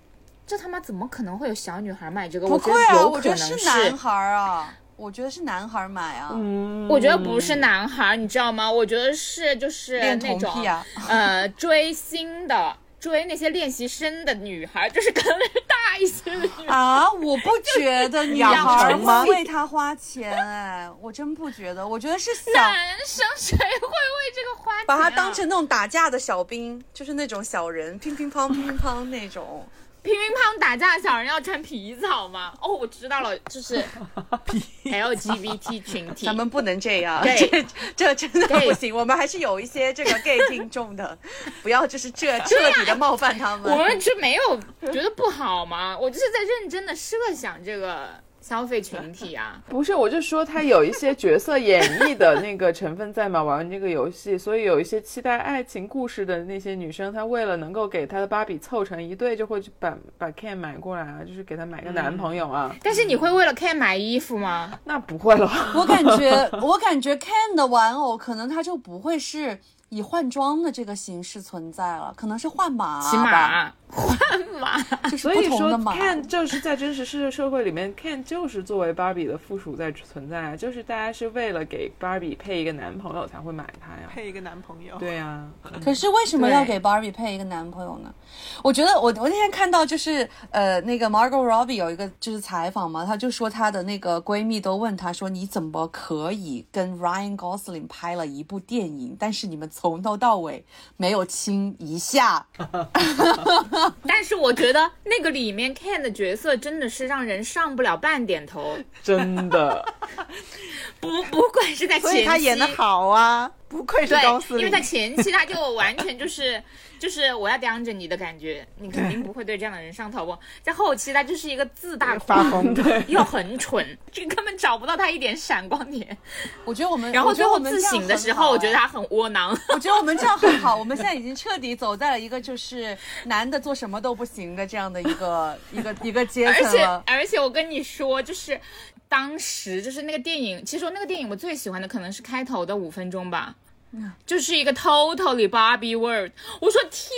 [SPEAKER 3] 这他妈怎么可能会有小女孩买这个？
[SPEAKER 1] 不
[SPEAKER 3] 我
[SPEAKER 1] 会
[SPEAKER 3] 觉得
[SPEAKER 1] 啊，
[SPEAKER 3] 有
[SPEAKER 1] 我
[SPEAKER 3] 可
[SPEAKER 1] 觉得
[SPEAKER 3] 能
[SPEAKER 1] 是男孩啊，我觉得是男孩买啊，
[SPEAKER 5] 嗯
[SPEAKER 3] 我觉得不是男孩儿，你知道吗？我觉得是就是
[SPEAKER 1] 嗯恋
[SPEAKER 3] 那
[SPEAKER 1] 童
[SPEAKER 3] 种
[SPEAKER 1] 癖啊，
[SPEAKER 3] 呃追星的，追那些练习生的女孩儿，就是可能大一
[SPEAKER 1] [laughs]
[SPEAKER 3] 些的女孩儿。
[SPEAKER 1] 啊，我不觉得 [laughs] 女
[SPEAKER 2] 养
[SPEAKER 1] 孩
[SPEAKER 2] 成吗
[SPEAKER 1] 会为他花钱哎，我真不觉得，我觉得是小
[SPEAKER 3] 男生谁会为这个花钱、啊？
[SPEAKER 1] 把他当成那种打架的小兵，就是那种小人乒乒乓乒乒乓那种。
[SPEAKER 3] 乒乒乓打架小人要穿皮草吗？哦，我知道了，就是
[SPEAKER 1] [laughs]
[SPEAKER 3] LGBT 群体
[SPEAKER 1] 咱。们不能这样，
[SPEAKER 3] 对
[SPEAKER 1] 这这真的
[SPEAKER 3] 对
[SPEAKER 1] 不行。我们还是有一些这个 gay 听众的， [laughs] 不要就是这彻底的冒犯他们。
[SPEAKER 3] 我们就没有觉得不好吗？我就是在认真的设想这个消费群体啊。
[SPEAKER 5] 不是，我就说他有一些角色演绎的那个成分在嘛，玩这个游戏，所以有一些期待爱情故事的那些女生，她为了能够给她的芭比凑成一对，就会去把把 Ken 买过来啊，就是给她买个男朋友啊，
[SPEAKER 3] 但是你会为了 K 买衣服吗？
[SPEAKER 5] 那不会了。
[SPEAKER 1] [laughs] 我感觉，我感觉 Ken 的玩偶可能他就不会是以换装的这个形式存在了，可能是换马吧，
[SPEAKER 3] 骑马、换马，
[SPEAKER 1] 就是
[SPEAKER 5] [laughs] 所
[SPEAKER 1] 不
[SPEAKER 5] 以
[SPEAKER 1] 同
[SPEAKER 5] 说
[SPEAKER 1] 的马。
[SPEAKER 5] ，Ken 就是在真实社社会里面，Ken 就是作为 Barbie 的附属在存在啊，就是大家是为了给 Barbie 配一个男朋友才会买它呀。
[SPEAKER 2] 配一个男朋友，
[SPEAKER 5] 对啊呀、
[SPEAKER 1] 可是为什么要
[SPEAKER 3] 对
[SPEAKER 1] 给 Barbie 配一个男朋友呢？我觉得我我那天看到就是呃那个 Margot Robbie 有一个就是采访嘛，她就说她的那个闺蜜都问她说你怎么可以跟 Ryan Gosling 拍了一部电影，但是你们从头到尾没有亲一下？
[SPEAKER 3] 但是我觉得那个里面 Ken 的角色真的是让人上不了半点头，
[SPEAKER 5] [laughs] 真的，
[SPEAKER 3] 不不管是在前期，
[SPEAKER 2] 所以他演的好啊，不愧是高司
[SPEAKER 3] 对，因
[SPEAKER 2] 令
[SPEAKER 3] 为在。前期他就完全就是 [laughs] 就是我要当着你的感觉，你肯定不会对这样的人上头不？在后期他就是一个自大
[SPEAKER 2] 发
[SPEAKER 3] 狂，
[SPEAKER 2] 疯，
[SPEAKER 3] [laughs] 又很蠢，这根本找不到他一点闪光点。
[SPEAKER 1] 我觉得我们
[SPEAKER 3] 然后
[SPEAKER 1] 我觉
[SPEAKER 3] 最
[SPEAKER 1] 得我
[SPEAKER 3] 后
[SPEAKER 1] 们
[SPEAKER 3] 自
[SPEAKER 1] 这样
[SPEAKER 3] 省的时
[SPEAKER 1] 很好
[SPEAKER 3] 候，我觉得
[SPEAKER 1] 哎
[SPEAKER 3] 他很窝囊。
[SPEAKER 1] 我觉得我们这样很
[SPEAKER 3] [laughs]
[SPEAKER 1] 好，我们现在已经彻底走在了一个就是男的做什么都不行的这样的一个一个一个阶
[SPEAKER 3] 而
[SPEAKER 1] 层
[SPEAKER 3] 且
[SPEAKER 1] 了。
[SPEAKER 3] 而且我跟你说，就是当时就是那个电影，其实我那个电影我最喜欢的可能是开头的五分钟吧。就是一个 totally Barbie world，我说天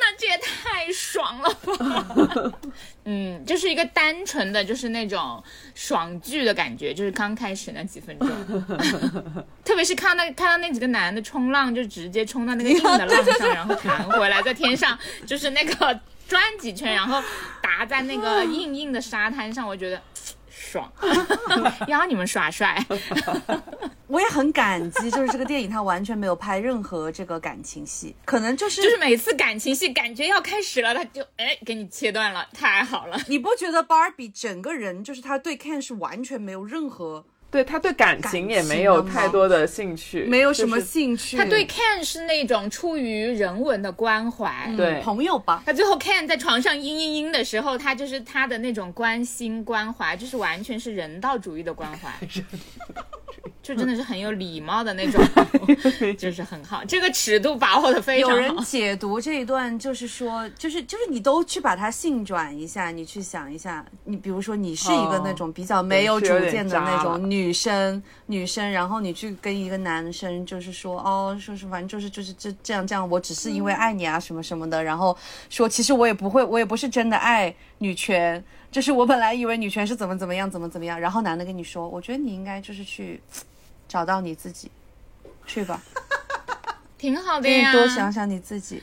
[SPEAKER 3] 哪，这也太爽了吧！嗯，就是一个单纯的，就是那种爽剧的感觉，就是刚开始那几分钟，特别是看到那看到那几个男的冲浪，就直接冲到那个硬的浪上，然后弹回来，在天上就是那个转几圈，然后打在那个硬硬的沙滩上，我觉得爽， [laughs] 邀你们耍帅。
[SPEAKER 1] 我也很感激，就是这个电影它完全没有拍任何这个感情戏，可能就是
[SPEAKER 3] 就是每次感情戏感觉要开始了，他就哎给你切断了，太好了。
[SPEAKER 1] 你不觉得 Barbie 整个人就是他对 Ken 是完全没有任何
[SPEAKER 5] [laughs] 对他对感
[SPEAKER 1] 感
[SPEAKER 5] 情也
[SPEAKER 1] 情
[SPEAKER 5] 没有
[SPEAKER 1] 了吗
[SPEAKER 5] 太多的兴趣，
[SPEAKER 1] 没有什
[SPEAKER 5] 就
[SPEAKER 1] 么
[SPEAKER 5] 是
[SPEAKER 1] 兴趣，
[SPEAKER 3] 他对 Ken 是那种出于人文的关怀。
[SPEAKER 5] 对
[SPEAKER 1] 朋友吧。
[SPEAKER 3] 他最后 Ken 在床上嘤嘤嘤的时候，他就是他的那种关心关怀，就是完全是人道主义的关怀，就真的是很有礼貌的那种，就是很好。这个尺度把握的非
[SPEAKER 1] 有
[SPEAKER 3] 常
[SPEAKER 1] 人
[SPEAKER 3] 好。
[SPEAKER 1] 解读这一段，就是说，就是就是你都去把它性转一下，你去想一下，你比如说你是一个
[SPEAKER 5] 哦
[SPEAKER 1] 那种比较没有主
[SPEAKER 5] 是有点
[SPEAKER 1] 见的
[SPEAKER 5] 渣
[SPEAKER 1] 那
[SPEAKER 5] 了
[SPEAKER 1] 种女生，女生，然后你去跟一个男生，就是说哦，说是反正就是就是这这样这样，我只是因为爱你啊什么什么的，然后说其实我也不会，我也不是真的爱女权，就是我本来以为女权是怎么怎么样怎么怎么样，然后男的跟你说，我觉得你应该就是去找到你自己，去吧，
[SPEAKER 3] 挺好的
[SPEAKER 1] 你
[SPEAKER 3] 呀，
[SPEAKER 1] 多想想你自己。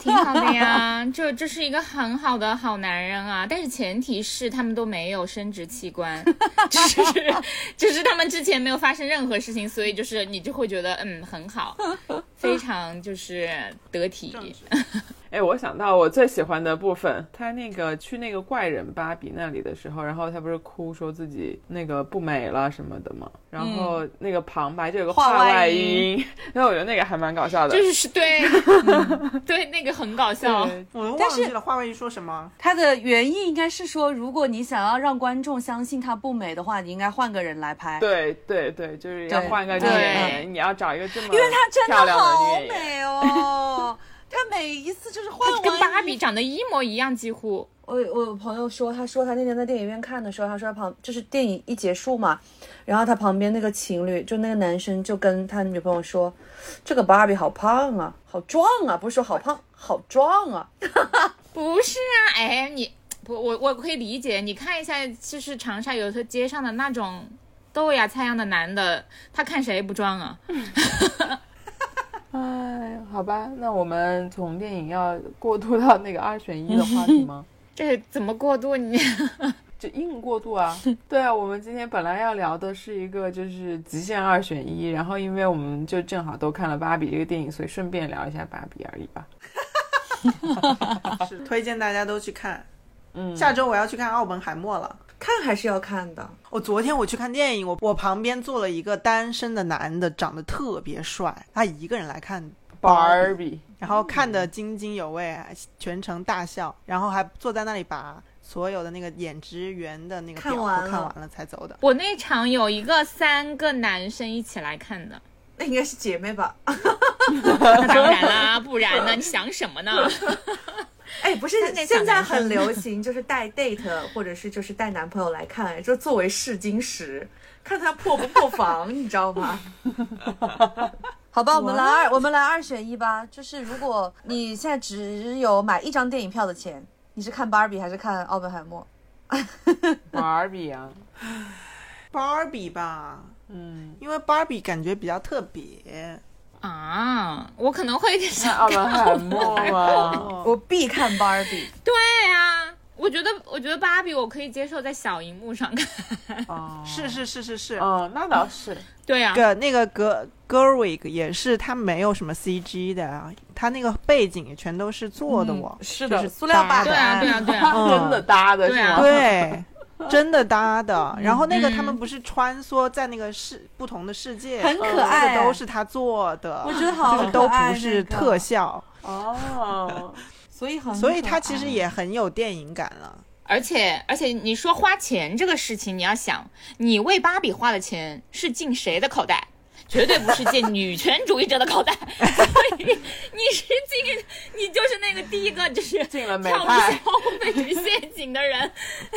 [SPEAKER 3] 挺好的呀，这这是一个很好的好男人啊，但是前提是他们都没有生殖器官，就是就是他们之前没有发生任何事情，所以就是你就会觉得嗯很好，非常就是得体。
[SPEAKER 5] 哎，我想到我最喜欢的部分，他那个去那个怪人芭比那里的时候，然后他不是哭说自己那个不美了什么的嘛，然后那个旁白就有个
[SPEAKER 1] 话嗯
[SPEAKER 5] 话
[SPEAKER 1] 外
[SPEAKER 5] 外音， [laughs] 然后我觉得那个还蛮搞笑的。
[SPEAKER 3] 就是是
[SPEAKER 5] [laughs]
[SPEAKER 3] 对、嗯对那个很搞笑，
[SPEAKER 5] 对
[SPEAKER 2] 我都忘记了话外音说什么。
[SPEAKER 1] 它的原意应该是说，如果你想要让观众相信它不美的话，你应该换个人来拍。，
[SPEAKER 5] 对对对，就是要
[SPEAKER 1] 对
[SPEAKER 5] 换个
[SPEAKER 3] 对
[SPEAKER 5] 人，你要找一个这么
[SPEAKER 1] 因为它真的
[SPEAKER 5] 漂亮的
[SPEAKER 1] 好
[SPEAKER 5] 女演员。
[SPEAKER 1] 美哦。 [laughs] 它每一次就是换完
[SPEAKER 3] 跟芭比长得一模一样，几乎。
[SPEAKER 1] 我我朋友说，他说他那天在电影院看的时候，他说他旁就是电影一结束嘛，然后他旁边那个情侣，就那个男生就跟他女朋友说，这个芭比好胖啊，好壮啊，不是说好胖，好壮啊。
[SPEAKER 3] 不是啊，哎，你不，我我可以理解。你看一下，就是长沙有时候街上的那种豆芽菜样的男的，他看谁不装啊？
[SPEAKER 5] 哎，好吧，那我们从电影要过渡到那个二选一的话题吗？
[SPEAKER 3] 这怎么过渡你？
[SPEAKER 5] 就硬过度啊。对啊，我们今天本来要聊的是一个就是极限二选一，然后因为我们就正好都看了《芭比》这个电影，所以顺便聊一下《芭比》而已吧。
[SPEAKER 2] 是推荐大家都去看。
[SPEAKER 5] 嗯
[SPEAKER 2] 下周我要去看《奥本海默》了。
[SPEAKER 1] 看还是要看的，
[SPEAKER 2] 我昨天我去看电影，我我旁边坐了一个单身的男的，长得特别帅，他一个人来看，
[SPEAKER 5] 芭比，
[SPEAKER 2] 然后看
[SPEAKER 1] 嗯
[SPEAKER 2] 得津津有味，全程大笑，然后还坐在那里把所有的那个演职员的那个表
[SPEAKER 1] 看
[SPEAKER 2] 都
[SPEAKER 1] 完了
[SPEAKER 2] 看完了才走的。
[SPEAKER 3] 我那场有一个三个男生一起来看的，
[SPEAKER 1] 那应该是姐妹吧？
[SPEAKER 3] 那当然啦，不然呢？你想什么呢？ [laughs]
[SPEAKER 1] 哎，不是
[SPEAKER 3] 三，个小
[SPEAKER 1] 现在
[SPEAKER 3] 男生 [laughs]
[SPEAKER 1] 很流行，就是带 date 或者是就是带男朋友来看，就作为试金石，看他破不破防，你知道吗？ [laughs] 好吧，我们来二，我们来二选一吧。就是如果你现在只有买一张电影票的钱，你是看芭比还是看奥本海默？
[SPEAKER 5] 芭比啊，
[SPEAKER 2] 芭比吧， [laughs]
[SPEAKER 5] 嗯，
[SPEAKER 2] 因为芭比感觉比较特别。
[SPEAKER 3] 啊，我可能会
[SPEAKER 5] 那
[SPEAKER 3] 想
[SPEAKER 5] 奥本海 [laughs] 默吗？
[SPEAKER 2] 哦，
[SPEAKER 1] 我必看芭比。
[SPEAKER 3] 对啊，我觉得我觉得芭比我可以接受在小荧幕上看。
[SPEAKER 5] 哦，
[SPEAKER 2] 是，是是是是，
[SPEAKER 5] 嗯，那倒是，
[SPEAKER 3] 对啊，
[SPEAKER 2] 个那个格 Gerwig 也是，他没有什么 CG 的啊，他那个背景也全都是做
[SPEAKER 1] 嗯
[SPEAKER 2] 的哦，
[SPEAKER 5] 是
[SPEAKER 2] 就是
[SPEAKER 1] 塑料
[SPEAKER 2] 搭
[SPEAKER 1] 板
[SPEAKER 2] 的
[SPEAKER 3] 对啊，对啊，对
[SPEAKER 5] [laughs]
[SPEAKER 3] 啊，
[SPEAKER 2] 嗯
[SPEAKER 5] 真的搭的
[SPEAKER 3] 对
[SPEAKER 5] 是
[SPEAKER 3] 啊
[SPEAKER 1] [laughs]
[SPEAKER 5] 吗？
[SPEAKER 2] 对，真的搭的。然后那个他们
[SPEAKER 3] 嗯
[SPEAKER 2] 不是穿梭在那个世不同的世界，
[SPEAKER 1] 很可
[SPEAKER 2] 那个
[SPEAKER 1] 爱
[SPEAKER 2] 都是他做的，
[SPEAKER 1] 我觉得好
[SPEAKER 2] 就是都
[SPEAKER 1] 可爱
[SPEAKER 2] 不是
[SPEAKER 1] 那个
[SPEAKER 2] 特效，
[SPEAKER 5] 哦，
[SPEAKER 1] 所以很，
[SPEAKER 2] 所以他其实也很有电影感了。
[SPEAKER 3] 而且而且你说花钱这个事情，你要想，你为芭比花的钱是进谁的口袋？绝对不是进女权主义者的口袋， [laughs] 所以你是进，你就是那个第一个就是
[SPEAKER 5] 进了美
[SPEAKER 3] 跳入
[SPEAKER 5] 派
[SPEAKER 3] 消费陷阱的人。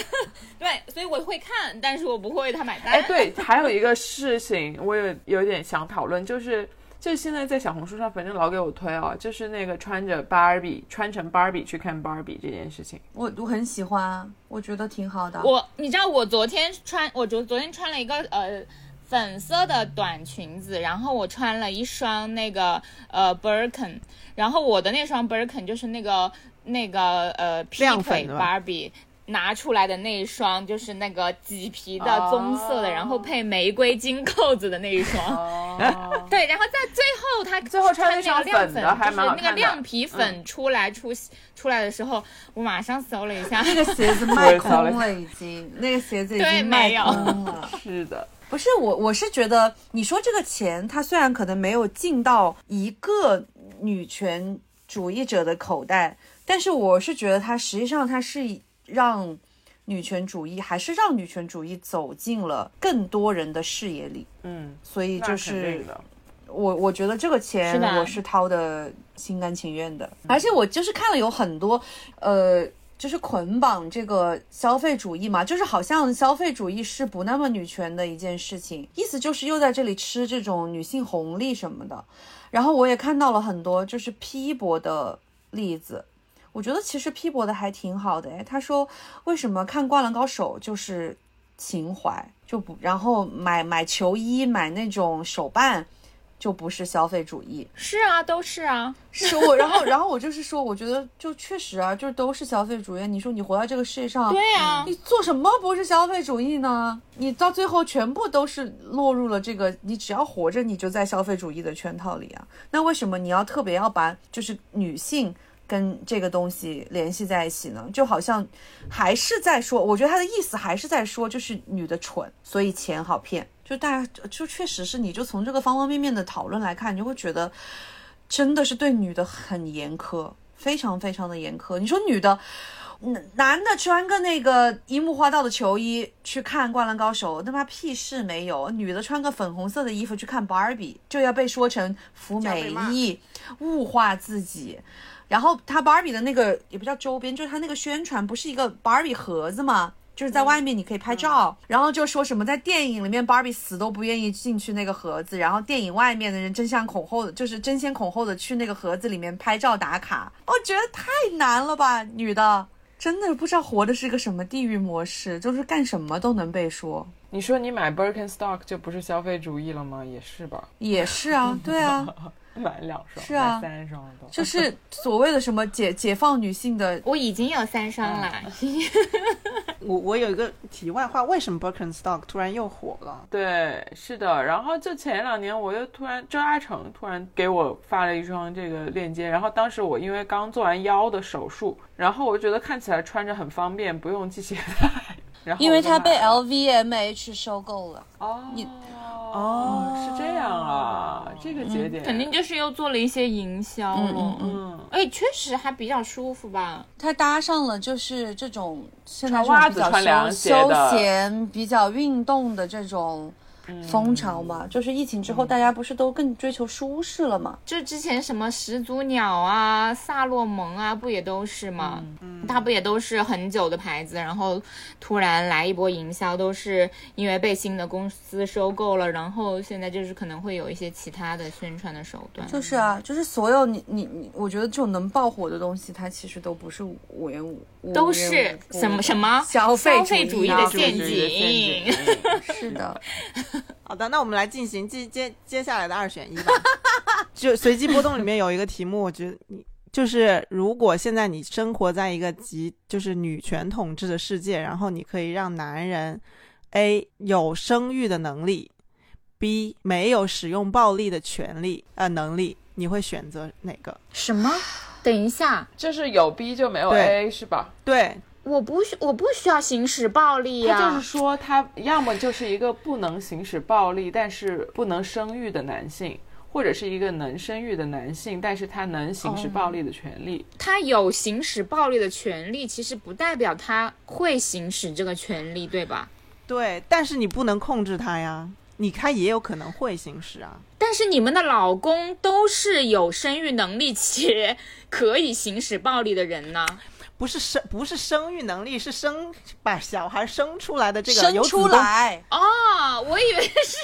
[SPEAKER 3] [laughs] 对，所以我会看，但是我不会为他买单。
[SPEAKER 5] 哎，对，还有一个事情我有有点想讨论，就是就是现在在小红书上，反正老给我推啊，就是那个穿着芭比穿成芭比去看芭比这件事情。
[SPEAKER 1] 我我很喜欢啊，我觉得挺好的。
[SPEAKER 3] 我你知道我昨天穿，我昨昨天穿了一个呃粉色的短裙子，然后我穿了一双那个呃 Birkin，然后我的那双 Birkin 就是那个那个呃劈
[SPEAKER 2] 亮粉
[SPEAKER 3] 腿
[SPEAKER 2] 的吧
[SPEAKER 3] Barbie。拿出来的那一双就是那个麂皮
[SPEAKER 5] 哦
[SPEAKER 3] 的棕色的，然后配玫瑰金扣子的那一双。
[SPEAKER 5] 哦，
[SPEAKER 3] [laughs] 对，然后在最后他
[SPEAKER 5] 最后穿
[SPEAKER 3] 那
[SPEAKER 5] 那
[SPEAKER 3] 个
[SPEAKER 5] 双
[SPEAKER 3] 亮
[SPEAKER 5] 粉的还
[SPEAKER 3] 就是
[SPEAKER 5] 蛮嗯
[SPEAKER 3] 那
[SPEAKER 5] 好
[SPEAKER 3] 个
[SPEAKER 5] 看的
[SPEAKER 3] 亮皮粉出来出出来的时候，我马上搜了一下， [laughs]
[SPEAKER 1] 那个鞋子卖空了，已经，那个鞋子已
[SPEAKER 3] 对
[SPEAKER 1] 经卖
[SPEAKER 3] 没有
[SPEAKER 1] 空了。
[SPEAKER 5] [laughs] 是的，
[SPEAKER 1] 不是我，我是觉得你说这个钱，它虽然可能没有进到一个女权主义者的口袋，但是我是觉得它实际上它是让女权主义，还是让女权主义走进了更多人的视野里。
[SPEAKER 5] 嗯，
[SPEAKER 1] 所以就
[SPEAKER 5] 那肯
[SPEAKER 1] 是
[SPEAKER 5] 定的。
[SPEAKER 1] 我我觉得这个钱
[SPEAKER 3] 是吧
[SPEAKER 1] 我是掏的心甘情愿的，而且我就是看了有很多，呃，就是捆绑这个消费主义嘛，就是好像消费主义是不那么女权的一件事情，意思就是又在这里吃这种女性红利什么的。然后我也看到了很多就是批驳的例子，我觉得其实批驳的还挺好的诶。他说为什么看《灌篮高手》就是情怀就不，然后买买球衣、买那种手办就不是消费主义。
[SPEAKER 3] 是啊，都是啊，
[SPEAKER 1] 是我，然后然后我就是说，我觉得就确实啊，就是都是消费主义。你说你活在这个世界上，
[SPEAKER 3] 对啊，
[SPEAKER 1] 你做什么不是消费主义呢？你到最后全部都是落入了这个，你只要活着，你就在消费主义的圈套里啊。那为什么你要特别要把就是女性跟这个东西联系在一起呢？就好像还是在说，我觉得他的意思还是在说，就是女的蠢，所以钱好骗。就大家就确实是，你就从这个方方面面的讨论来看，你就会觉得真的是对女的很严苛，非常非常的严苛。你说女的。男男的穿个那个樱木花道的球衣去看《灌篮高手》，他妈屁事没有；女的穿个粉红色的衣服去看芭比，就要被说成服美役，物化自己。然后他芭比的那个也不叫周边，就是他那个宣传不是一个芭比盒子嘛，就是在外面你可以拍照，然后就说什么在电影里面芭比死都不愿意进去那个盒子，然后电影外面的人争先恐后的，就是争先恐后的去那个盒子里面拍照打卡。我觉得太难了吧，女的。真的不知道活的是个什么地狱模式，就是干什么都能被说。
[SPEAKER 5] 你说你买 Birkenstock 就不是消费主义了吗？也是吧，
[SPEAKER 1] 也是 [laughs] 啊，对啊，
[SPEAKER 5] 买两双，
[SPEAKER 1] 是啊
[SPEAKER 5] 买三双都。
[SPEAKER 1] 就是所谓的什么解解放女性的，
[SPEAKER 3] 我已经有三双了，
[SPEAKER 2] 我我有一个题外话，为什么 Birkenstock 突然又火了？
[SPEAKER 5] 对，是的。然后就前两年，我又突然周嘉诚突然给我发了一双这个链接，然后当时我因为刚做完腰的手术，然后我就觉得看起来穿着很方便，不用系鞋带。然后
[SPEAKER 1] 因为
[SPEAKER 5] 我就
[SPEAKER 1] 它被
[SPEAKER 5] 买了
[SPEAKER 1] LVMH 收购了。
[SPEAKER 5] 哦
[SPEAKER 1] 你
[SPEAKER 5] 哦是这样啊，这个节点
[SPEAKER 3] 嗯肯定就是又做了一些营销
[SPEAKER 1] 嗯
[SPEAKER 3] 了
[SPEAKER 1] 嗯。嗯
[SPEAKER 5] 嗯
[SPEAKER 3] 哎，确实还比较舒服吧？
[SPEAKER 1] 它搭上了就是这种现在
[SPEAKER 5] 穿袜
[SPEAKER 1] 这
[SPEAKER 5] 子
[SPEAKER 1] 种比较
[SPEAKER 5] 穿凉
[SPEAKER 1] 休
[SPEAKER 5] 鞋的
[SPEAKER 1] 休闲、比较运动的这种风潮嘛，就是疫情之后，大家不是都更追求舒适了嘛？
[SPEAKER 3] 就之前什么始祖鸟啊、萨洛蒙啊，不也都是吗？它不也都是很久的牌子，然后突然来一波营销，都是因为被新的公司收购了，然后现在就是可能会有一些其他的宣传的手段。
[SPEAKER 1] 就是啊，就是所有你你你，我觉得这种能爆火的东西，它其实都不是五元五，五
[SPEAKER 3] 都
[SPEAKER 1] 元
[SPEAKER 3] 是
[SPEAKER 1] 五
[SPEAKER 3] 什么什么
[SPEAKER 1] 消费
[SPEAKER 3] 消费主
[SPEAKER 1] 义
[SPEAKER 3] 义的
[SPEAKER 1] 啊
[SPEAKER 3] 陷阱 [laughs]
[SPEAKER 1] 是的，
[SPEAKER 2] 好的，那我们来进行接接接下来的二选一吧。 [laughs] 就随机波动里面有一个题目，我觉得你就是如果现在你生活在一个极就是女权统治的世界，然后你可以让男人 A 有生育的能力，B 没有使用暴力的权利呃能力，你会选择哪个？
[SPEAKER 3] 什么？等一下，
[SPEAKER 5] 就是有 B 就没有
[SPEAKER 2] 对
[SPEAKER 5] A 是吧？
[SPEAKER 2] 对，
[SPEAKER 3] 我不需我不需要行使暴力呀、
[SPEAKER 5] 他就是说，他要么就是一个不能行使暴力，但是不能生育的男性，或者是一个能生育的男性，但是他能行使暴力的权利。
[SPEAKER 3] 他有行使暴力的权利，其实不代表他会行使这个权利，对吧？
[SPEAKER 2] 对，但是你不能控制他呀，你他也有可能会行使啊。
[SPEAKER 3] 但是你们的老公都是有生育能力且可以行使暴力的人呢？
[SPEAKER 2] 不是生不是生育能力，是生把小孩生出来的这个
[SPEAKER 1] 生
[SPEAKER 2] 有子
[SPEAKER 1] 出
[SPEAKER 2] 宫
[SPEAKER 1] 来
[SPEAKER 3] [laughs] 哦，我以为是，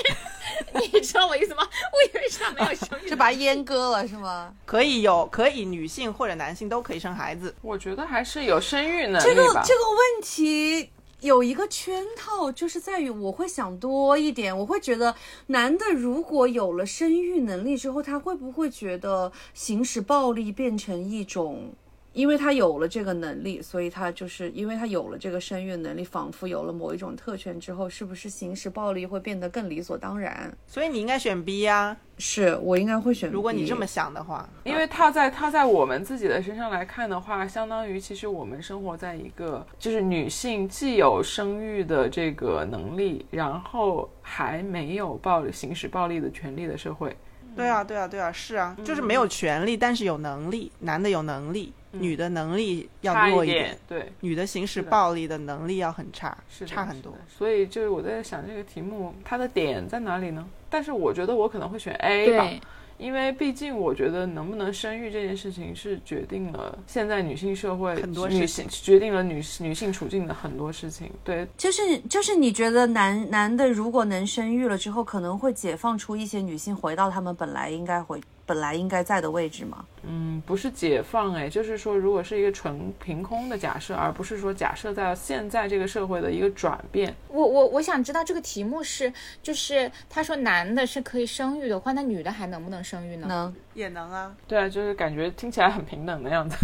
[SPEAKER 3] 你知道我意思吗？我以为是他没有生育 [laughs]
[SPEAKER 1] 就
[SPEAKER 3] 能力。
[SPEAKER 1] 把它阉割了是吗？
[SPEAKER 2] 可以有可以女性或者男性都可以生孩子。
[SPEAKER 5] 我觉得还是有生育能
[SPEAKER 1] 这
[SPEAKER 5] 力
[SPEAKER 1] 个
[SPEAKER 5] 吧。
[SPEAKER 1] 这个问题有一个圈套，就是在于我会想多一点，我会觉得男的如果有了生育能力之后，他会不会觉得行使暴力变成一种？因为他有了这个能力，所以他就是因为他有了这个生育能力，仿佛有了某一种特权之后，是不是行使暴力会变得更理所当然？
[SPEAKER 2] 所以你应该选 B 呀、
[SPEAKER 1] 是我应该会选 B。
[SPEAKER 2] 如果你这么想的话，啊
[SPEAKER 5] 因为套在套在我们自己的身上来看的话，相当于其实我们生活在一个就是女性既有生育的这个能力，然后还没有暴力行使暴力的权利的社会。
[SPEAKER 2] 对啊，对啊，对啊，是啊，
[SPEAKER 5] 嗯
[SPEAKER 2] 就是没有权利，但是有能力，男的有能力，女的能力要
[SPEAKER 5] 嗯差
[SPEAKER 2] 弱
[SPEAKER 5] 一
[SPEAKER 2] 点，
[SPEAKER 5] 点，对，
[SPEAKER 2] 女的行使
[SPEAKER 5] 是的
[SPEAKER 2] 暴力的能力要很差，
[SPEAKER 5] 是的
[SPEAKER 2] 差很
[SPEAKER 5] 是
[SPEAKER 2] 多
[SPEAKER 5] 的。所以就是我在想这个题目它的点在哪里呢？但是我觉得我可能会选 A 吧
[SPEAKER 3] 对，，
[SPEAKER 5] 因为毕竟我觉得能不能生育这件事情是决定了现在女性社会
[SPEAKER 2] 很多
[SPEAKER 5] 女
[SPEAKER 2] 事
[SPEAKER 5] 性决定了女女性处境的很多事情。对，
[SPEAKER 1] 就是就是你觉得男男的如果能生育了之后，可能会解放出一些女性回到他们本来应该回本来应该在的位置吗？
[SPEAKER 5] 嗯，不是解放哎，就是说，如果是一个纯凭空的假设，而不是说假设在现在这个社会的一个转变，
[SPEAKER 3] 我我我想知道这个题目是，就是他说男的是可以生育的话，那女的还能不能生育呢？
[SPEAKER 1] 能
[SPEAKER 2] 也能啊，
[SPEAKER 5] 对啊，就是感觉听起来很平等的样子。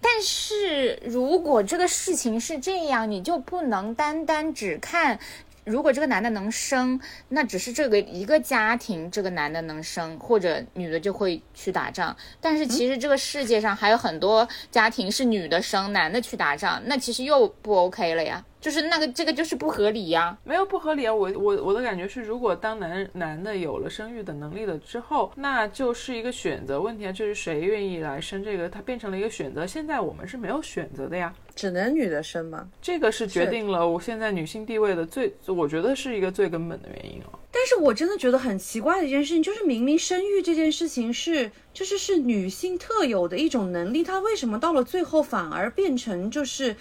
[SPEAKER 3] 但是如果这个事情是这样，你就不能单单只看。如果这个男的能生，那只是这个一个家庭，这个男的能生，或者女的就会去打仗。但是其实这个世界上还有很多家庭是女的生，男的去打仗，那其实又不 OK 了呀。就是那个这个就是不合理呀。
[SPEAKER 5] 没有不合理啊！我我我的感觉是，如果当男男的有了生育的能力了之后，那就是一个选择问题啊，就是谁愿意来生这个，它变成了一个选择。现在我们是没有选择的呀，
[SPEAKER 1] 只能女的生吗？
[SPEAKER 5] 这个是决
[SPEAKER 1] 是
[SPEAKER 5] 定了我现在女性地位的最，我觉得是一个最根本的原因哦。
[SPEAKER 1] 但是我真的觉得很奇怪的一件事情，就是明明生育这件事情是就是是女性特有的一种能力，它为什么到了最后反而变成就是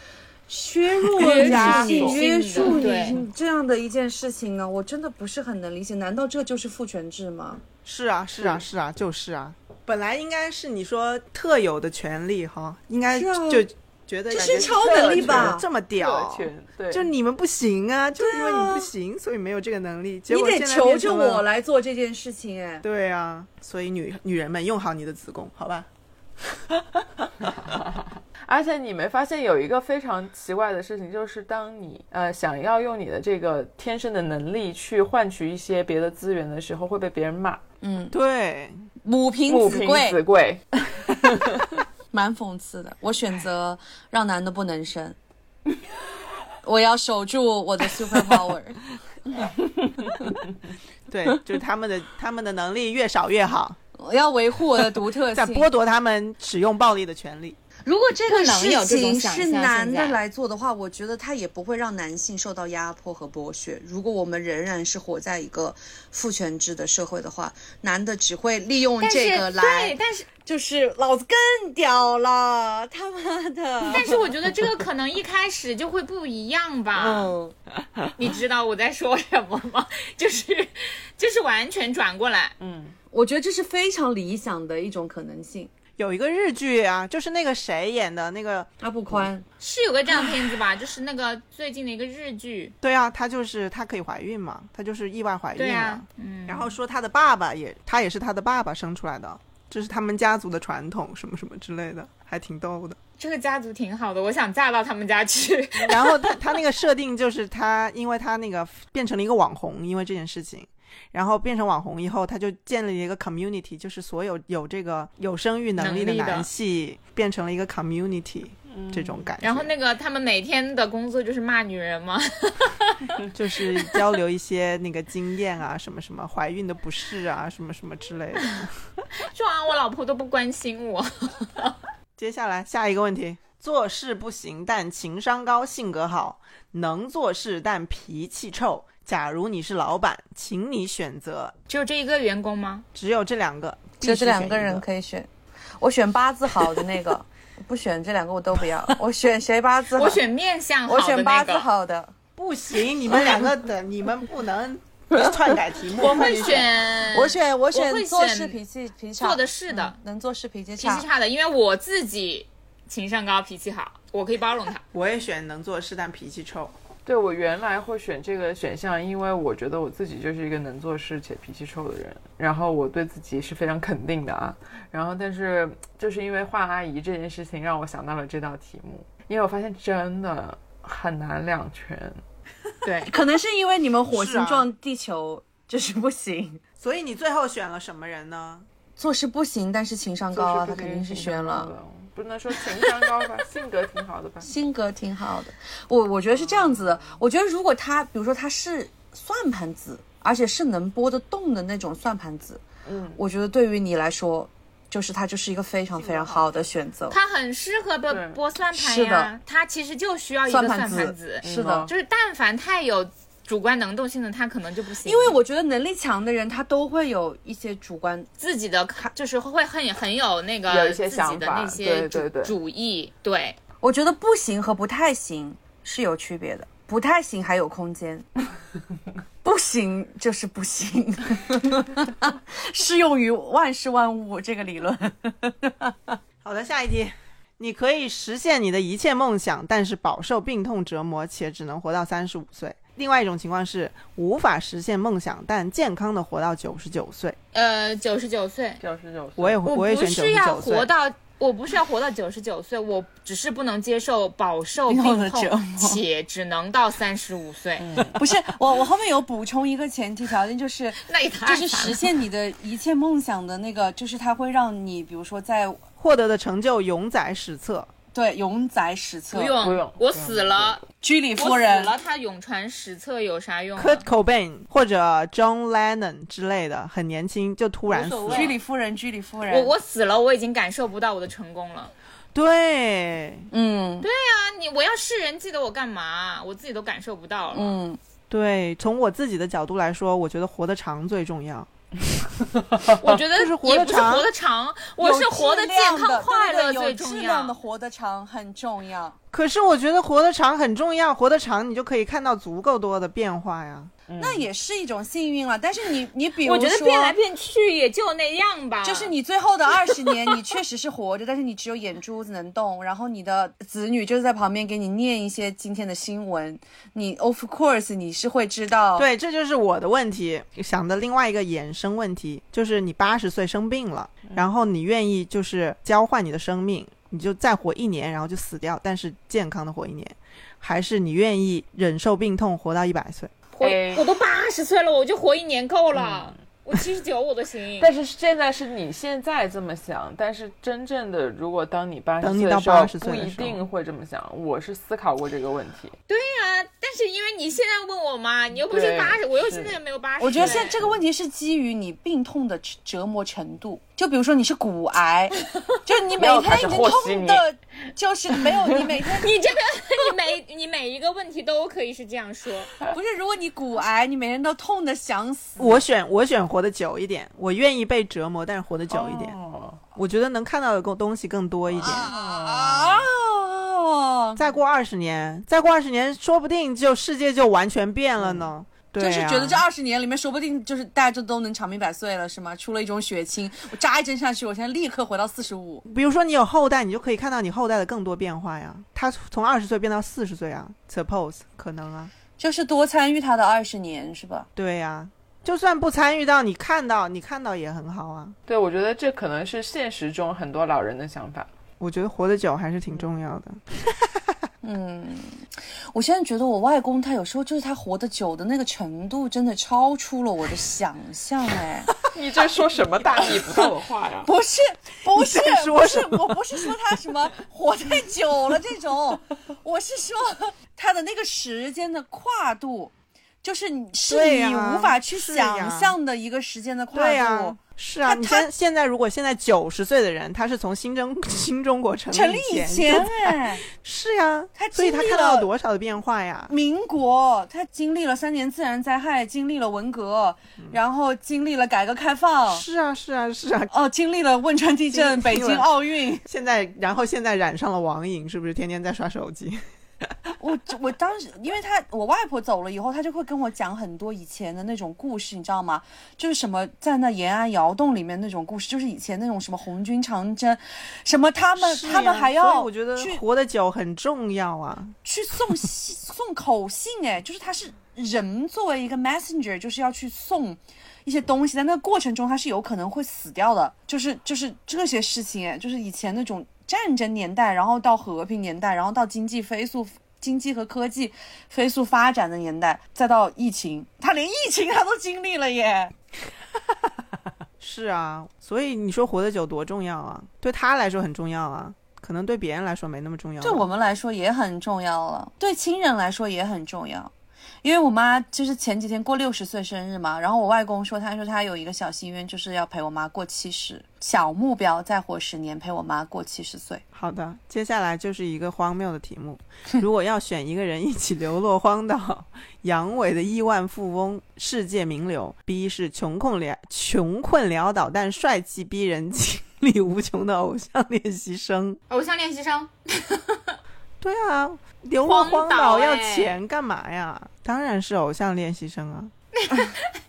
[SPEAKER 1] 削弱了
[SPEAKER 5] 约束
[SPEAKER 1] 女
[SPEAKER 5] 女
[SPEAKER 1] 性、 [laughs] 约束
[SPEAKER 3] 性的
[SPEAKER 1] 女这样的一件事情呢？我真的不是很能理解，难道这就是父权制吗？
[SPEAKER 2] 是啊，是啊，是啊，就是啊。本来应该是你说特有的权利哈，应该
[SPEAKER 1] 是啊
[SPEAKER 2] 就觉得
[SPEAKER 1] 这
[SPEAKER 2] 感
[SPEAKER 1] 是
[SPEAKER 2] 觉
[SPEAKER 1] 超能力吧？
[SPEAKER 2] 这么屌
[SPEAKER 5] 特，权对，
[SPEAKER 2] 就你们不行啊，就是因为你们
[SPEAKER 1] 对啊
[SPEAKER 2] 不行，所以没有这个能力。结
[SPEAKER 1] 你
[SPEAKER 2] 果
[SPEAKER 1] 得
[SPEAKER 2] 现在
[SPEAKER 1] 求
[SPEAKER 2] 变
[SPEAKER 1] 着
[SPEAKER 2] 成了
[SPEAKER 1] 我。来做这件事情，哎，
[SPEAKER 2] 对啊，所以女女人们用好你的子宫，好吧？
[SPEAKER 5] 而且你没发现有一个非常奇怪的事情，就是当你呃想要用你的这个天生的能力去换取一些别的资源的时候，会被别人骂
[SPEAKER 2] 对，
[SPEAKER 1] 母凭
[SPEAKER 5] 母凭子贵。
[SPEAKER 1] 蛮讽刺的。我选择让男的不能生， [laughs] 我要守住我的 super power。 [laughs]
[SPEAKER 2] [laughs] 对，就是他们的他们的能力越少越好，
[SPEAKER 1] 我要维护我的独特
[SPEAKER 2] 在剥
[SPEAKER 1] 性。
[SPEAKER 2] 夺他们使用暴力的权利。
[SPEAKER 1] 如果这个
[SPEAKER 3] 不能有
[SPEAKER 1] 事
[SPEAKER 3] 这种
[SPEAKER 1] 情
[SPEAKER 3] 想
[SPEAKER 1] 是
[SPEAKER 3] 象
[SPEAKER 1] 男
[SPEAKER 3] 现
[SPEAKER 1] 的
[SPEAKER 3] 在
[SPEAKER 1] 来做的话，我觉得他也不会让男性受到压迫和剥削。如果我们仍然是活在一个父权制的社会的话，男的只会利用
[SPEAKER 3] 但是
[SPEAKER 1] 这个
[SPEAKER 3] 对，
[SPEAKER 1] 来，
[SPEAKER 3] 但是
[SPEAKER 1] 就是老子更屌了，他妈的！
[SPEAKER 3] 但是我觉得这个可能一开始就会不一样吧。
[SPEAKER 1] 嗯，
[SPEAKER 3] 你知道我在说什么吗？ [laughs] 就是，就是完全转过来，
[SPEAKER 1] 我觉得这是非常理想的一种可能性。
[SPEAKER 2] 有一个日剧啊，就是那个谁演的那个，
[SPEAKER 1] 阿布宽，
[SPEAKER 3] 是有个这样的片子吧？就是那个最近的一个日剧，
[SPEAKER 2] 对啊，她就是她可以怀孕嘛，她就是意外怀孕
[SPEAKER 3] 对
[SPEAKER 2] 了。
[SPEAKER 3] 啊，嗯，
[SPEAKER 2] 然后说她的爸爸也，她也是她的爸爸生出来的，这是他们家族的传统，什么什么之类的，还挺逗
[SPEAKER 3] [laughs]
[SPEAKER 2] 的。
[SPEAKER 3] 这个家族挺好的，我想嫁到他们家 [laughs] 去。
[SPEAKER 2] 然后她她那个设定就是她，因为她那个变成了一个网红，因为这件事情。然后变成网红以后，她就建立了一个 community，就是所有有这个有生育能力的
[SPEAKER 3] 能力的
[SPEAKER 2] 男性变成了一个 community，这种感觉。
[SPEAKER 3] 然后那个他们每天的工作就是骂女人 [laughs] 嘛，
[SPEAKER 2] [laughs] 就是交流一些那个经验啊，什么什么怀孕的不适啊，什么什么之类的。
[SPEAKER 3] 说啊我老婆都不关心我，
[SPEAKER 2] 接下来下一个问题：做事不行，但情商高，性格好，能做事但脾气臭。假如你是老板，请你选择，
[SPEAKER 3] 只有这一个员工 [laughs] 吗？
[SPEAKER 2] 只有这两个，
[SPEAKER 1] 只有这两个人
[SPEAKER 2] 以。
[SPEAKER 1] 可以选，我选八字好的那个， [laughs] 我不选这两个我都不要，我选谁八字好？
[SPEAKER 3] 我选面相好
[SPEAKER 1] 我
[SPEAKER 3] 的那个
[SPEAKER 1] 选八字好的。
[SPEAKER 2] 不行，你们两
[SPEAKER 1] [laughs]
[SPEAKER 2] 个的，你们不能 [laughs] 篡改题目。我
[SPEAKER 3] 会选
[SPEAKER 1] 我选我
[SPEAKER 3] 嗯我会
[SPEAKER 1] 选做事
[SPEAKER 3] 选
[SPEAKER 1] 脾气脾气差
[SPEAKER 3] 做的事的，
[SPEAKER 1] 嗯能做事脾气
[SPEAKER 3] 脾
[SPEAKER 1] 差。
[SPEAKER 3] 气差的，因为我自己情商高，脾气好，我可以包容他。
[SPEAKER 2] 我也选能做事但脾气臭。
[SPEAKER 5] 对我原来会选这个选项，因为我觉得我自己就是一个能做事且脾气臭的人，然后我对自己是非常肯定的啊。然后，但是就是因为换阿姨这件事情，让我想到了这道题目，因为我发现真的很难两全。
[SPEAKER 3] 对，
[SPEAKER 1] 可能是因为你们火
[SPEAKER 2] 是啊
[SPEAKER 1] 星撞地球就是不行，
[SPEAKER 2] 所以你最后选了什么人呢？
[SPEAKER 1] 做事不行，但是情商高啊，他肯定是
[SPEAKER 5] 选
[SPEAKER 1] 选了。，
[SPEAKER 5] 不能说情商高吧，性格挺好的吧。
[SPEAKER 1] 性格挺好的。我我觉得是这样子的，我觉得如果他，比如说他是算盘子，而且是能拨得动的那种算盘子，
[SPEAKER 5] 嗯，
[SPEAKER 1] 我觉得对于你来说，就是他就是一个非常非常好的选择。
[SPEAKER 3] 他很适合被
[SPEAKER 5] 对
[SPEAKER 3] 剥算盘
[SPEAKER 1] 是
[SPEAKER 3] 呀
[SPEAKER 1] 的，
[SPEAKER 3] 他其实就需要一个算
[SPEAKER 1] 盘
[SPEAKER 3] 盘
[SPEAKER 1] 子
[SPEAKER 3] 子，
[SPEAKER 1] 是
[SPEAKER 5] 嗯哦
[SPEAKER 1] 的，
[SPEAKER 3] 就是但凡太有主观能动性的，他可能就不行，
[SPEAKER 1] 因为我觉得能力强的人，他都会有一些主观
[SPEAKER 3] 自己的就是会很很有那个
[SPEAKER 5] 有一些
[SPEAKER 3] 自己
[SPEAKER 5] 想
[SPEAKER 3] 的
[SPEAKER 5] 法
[SPEAKER 3] 那些
[SPEAKER 5] 对
[SPEAKER 3] 主
[SPEAKER 5] 对对
[SPEAKER 3] 主意，对，
[SPEAKER 1] 我觉得不行和不太行是有区别的，不太行还有空
[SPEAKER 3] [laughs]
[SPEAKER 1] 间，不行就是不行，适用于万事万物这个理论。
[SPEAKER 2] 好的，下一题。你可以实现你的一切梦想，但是饱受病痛折磨，且只能活到三十五岁。另外一种情况是无法实现梦想，但健康的活到九十九岁。
[SPEAKER 3] 呃，九十九岁，
[SPEAKER 5] 九十九，
[SPEAKER 2] 我也会
[SPEAKER 3] 我
[SPEAKER 2] 也
[SPEAKER 3] 不
[SPEAKER 2] 选九
[SPEAKER 3] 是
[SPEAKER 2] 十
[SPEAKER 3] 要
[SPEAKER 2] 九
[SPEAKER 3] 活
[SPEAKER 2] 岁。
[SPEAKER 3] 到。我不是要活到九十九岁，我只是不能接受饱
[SPEAKER 5] [laughs]
[SPEAKER 3] 受病
[SPEAKER 1] 痛的折
[SPEAKER 3] 痛，
[SPEAKER 1] 磨
[SPEAKER 3] 且只能到三十五岁，
[SPEAKER 5] 嗯
[SPEAKER 1] [laughs] 不是我，我后面有补充一个前提条件，就是
[SPEAKER 3] [laughs] 那也太
[SPEAKER 1] 就是
[SPEAKER 3] 惨
[SPEAKER 1] 实
[SPEAKER 3] 了。
[SPEAKER 1] 现你的一切梦想的那个，就是它会让你，比如说在
[SPEAKER 2] 获得的成就永载史册。
[SPEAKER 1] 对永载史册
[SPEAKER 3] 不，用，
[SPEAKER 5] 不用
[SPEAKER 3] 我死了，
[SPEAKER 1] 居里
[SPEAKER 3] 我
[SPEAKER 1] 夫
[SPEAKER 3] 死
[SPEAKER 1] 人，
[SPEAKER 3] 了，他永传史册有啥用啊？
[SPEAKER 2] Kurt Cobain 或者 John Lennon 之类的，很年轻就突然死
[SPEAKER 3] 无
[SPEAKER 2] 了
[SPEAKER 3] 所
[SPEAKER 1] 居
[SPEAKER 3] 谓。
[SPEAKER 1] 里夫人，居里夫人，
[SPEAKER 3] 我我死了，我已经感受不到我的成功了。
[SPEAKER 2] 对
[SPEAKER 1] 嗯对
[SPEAKER 3] 啊，你我要世人记得我干嘛？我自己都感受不到了。
[SPEAKER 1] 嗯，
[SPEAKER 2] 对，从我自己的角度来说，我觉得活得长最重要。
[SPEAKER 3] 我觉得
[SPEAKER 2] 就是活得
[SPEAKER 3] 也不是
[SPEAKER 2] 长
[SPEAKER 3] 活得长，我是
[SPEAKER 1] 有
[SPEAKER 3] 活得
[SPEAKER 1] 质
[SPEAKER 3] 健
[SPEAKER 1] 量
[SPEAKER 3] 康
[SPEAKER 1] 的
[SPEAKER 3] 快
[SPEAKER 1] 对对
[SPEAKER 3] 乐
[SPEAKER 1] 对
[SPEAKER 3] 最
[SPEAKER 1] 有质
[SPEAKER 3] 重
[SPEAKER 1] 量的
[SPEAKER 3] 要。
[SPEAKER 1] 活得长很重要。
[SPEAKER 2] 可是我觉得活得长很重要，活得长你就可以看到足够多的变化呀。
[SPEAKER 1] 那也是一种幸运了。啊但是你你比如
[SPEAKER 3] 嗯我
[SPEAKER 1] 说，
[SPEAKER 3] 觉得变来变去也就那样吧。
[SPEAKER 1] 就是
[SPEAKER 5] 嗯
[SPEAKER 1] 你最后的二十年，你确实是活着，但是你只有眼珠子能动，然后你的子女就是在旁边给你念一些今天的新闻，你 of course 你是会知道，，
[SPEAKER 2] 对，这就是我的问题。想的另外一个衍生问题就是，你八十岁生病了，
[SPEAKER 1] 嗯
[SPEAKER 2] 然后你愿意就是交换你的生命，你就再活一年，然后就死掉，但是健康的活一年，还是你愿意忍受病痛活到一百岁？
[SPEAKER 3] 活
[SPEAKER 5] 哎，
[SPEAKER 3] 我都八十岁了，我就活一年够了。我七十九我 [laughs] 都行。
[SPEAKER 5] 但是现在是你现在这么想，但是真正的，如果当你八十
[SPEAKER 2] 等你
[SPEAKER 5] 岁
[SPEAKER 2] 到
[SPEAKER 5] 的时候，
[SPEAKER 2] 80岁
[SPEAKER 5] 不
[SPEAKER 2] 的
[SPEAKER 5] 一
[SPEAKER 2] 时候
[SPEAKER 5] 定会这么想。我是思考过这个问题，
[SPEAKER 3] 啊，但是因为你现在问我嘛，你又嗯不是
[SPEAKER 5] 对
[SPEAKER 3] 八十，我又
[SPEAKER 5] 是
[SPEAKER 3] [laughs] 现在也没有八十。
[SPEAKER 1] 我觉得现在这个问题是基于你病痛的折折磨程度，就比如说你是骨癌，就你每
[SPEAKER 5] 没有开
[SPEAKER 1] 天已
[SPEAKER 5] 始
[SPEAKER 1] 经
[SPEAKER 5] 和稀
[SPEAKER 1] 痛
[SPEAKER 5] 泥
[SPEAKER 1] 的，就是没有你每天 [laughs]
[SPEAKER 6] 你这个，你每你每一个问题都可以是这样说，
[SPEAKER 1] 不是，如果你骨癌，你每天都痛的想死。
[SPEAKER 2] 我选我选活得久一点，我愿意被折磨，但是活得久一点。
[SPEAKER 5] 哦
[SPEAKER 2] 我觉得能看到的东东西更多一点。
[SPEAKER 5] 嗯
[SPEAKER 1] 哦啊，
[SPEAKER 2] 再过二十年，再过二十年，说不定就世界就完全变了呢。对、啊，
[SPEAKER 1] 嗯就是觉得这二十年里面，说不定就是大家就都能长命百岁了，是吗？出了一种血清，我扎一针下去，我现在立刻回到四十五。
[SPEAKER 2] 比如说你有后代，你就可以看到你后代的更多变化呀。他从二十岁变到四十岁啊，suppose 可能啊，
[SPEAKER 1] 就是多参与他的二十年，是吧？
[SPEAKER 2] 对呀、就算不参与到，你看到你看到也很好啊。
[SPEAKER 5] 对，我觉得这可能是现实中很多老人的想法。 [laughs]
[SPEAKER 2] 我觉得活得久还是挺重要的。
[SPEAKER 1] 我现在觉得我外公他有时候就是他活得久的那个程度，真的超出了我的想象哎。
[SPEAKER 5] 你这说什么大逆不道的话 [laughs] 呀？
[SPEAKER 1] [laughs] 不是不是
[SPEAKER 2] 你在说
[SPEAKER 1] 不是
[SPEAKER 2] 什，么
[SPEAKER 1] 我不是说他什么活太久了这种，我是说他的那个时间的跨度，就是你是
[SPEAKER 2] 对
[SPEAKER 1] 你
[SPEAKER 2] 呀
[SPEAKER 1] 无法去
[SPEAKER 2] 是呀
[SPEAKER 1] 想象的一个时间的跨
[SPEAKER 2] 对呀、
[SPEAKER 1] 度。
[SPEAKER 2] 是啊，
[SPEAKER 1] 他
[SPEAKER 2] 你
[SPEAKER 1] 他
[SPEAKER 2] 现现在如果现在九十岁的人，他是从新中新中国成
[SPEAKER 1] 成
[SPEAKER 2] 立
[SPEAKER 1] 立
[SPEAKER 2] 以
[SPEAKER 1] [laughs] 以
[SPEAKER 2] 前
[SPEAKER 1] 前
[SPEAKER 2] 就，
[SPEAKER 1] 哎，
[SPEAKER 2] 是呀、
[SPEAKER 1] 他
[SPEAKER 2] 所以
[SPEAKER 1] 经
[SPEAKER 2] 他
[SPEAKER 1] 历
[SPEAKER 2] 看到了
[SPEAKER 1] 了
[SPEAKER 2] 多少的变化呀？
[SPEAKER 1] 民国他经历了三年自然灾害，经历了文革，然后经历了改革开放，
[SPEAKER 2] 是啊，是啊，是啊。
[SPEAKER 1] 哦，经历了汶川地震、
[SPEAKER 2] 经历
[SPEAKER 1] 北
[SPEAKER 2] 了
[SPEAKER 1] 京奥运。
[SPEAKER 2] 现在，然后现在染上了网瘾，是不是天天在刷手机？
[SPEAKER 1] [laughs] 我我当时，因为他我外婆走了以后，他就会跟我讲很多以前的那种故事，你知道吗？就是什么在那延安窑洞里面那种故事，就是以前那种什么红军长征，什么他们
[SPEAKER 2] 是
[SPEAKER 1] 他们
[SPEAKER 2] 呀
[SPEAKER 1] 还
[SPEAKER 2] 所以
[SPEAKER 1] 要
[SPEAKER 2] 我觉得
[SPEAKER 1] 去
[SPEAKER 2] 活得久很重要啊。
[SPEAKER 1] 去送信送口信，哎， [laughs] 就是他是人作为一个 messenger，就是要去送一些东西，在那个过程中他是有可能会死掉的，就是就是这些事情，哎，就是以前那种战争年代，然后到和平年代，然后到经济飞速。经济和科技飞速发展的年代，再到疫情，他连疫情他都经历了耶。
[SPEAKER 2] 是啊，所以你说活得久多重要啊？对他来说很重要啊，可能对别人来说没那么重要吧。
[SPEAKER 1] 对
[SPEAKER 3] 嗯
[SPEAKER 1] 我们来说也很重要了，对亲人来说也很重要。因为我妈就是前几天过六十岁生日嘛，然后我外公说，他说他有一个小心愿，就是要陪我妈过七十，小目标再活十年，陪我妈过七十岁。
[SPEAKER 2] 好的，接下来就是一个荒谬的题目。如果要选一个人一起流落荒岛，阳痿的亿万富翁、世界名流，B 是穷困潦穷困潦倒但帅气逼人、 [laughs] 精力无穷的偶像练习生。
[SPEAKER 3] 偶像练习生，
[SPEAKER 2] [laughs] 对啊，流落荒
[SPEAKER 3] 荒岛
[SPEAKER 2] 岛要
[SPEAKER 3] 哎
[SPEAKER 2] 钱干嘛呀？当然是偶像练习生啊。
[SPEAKER 3] [laughs]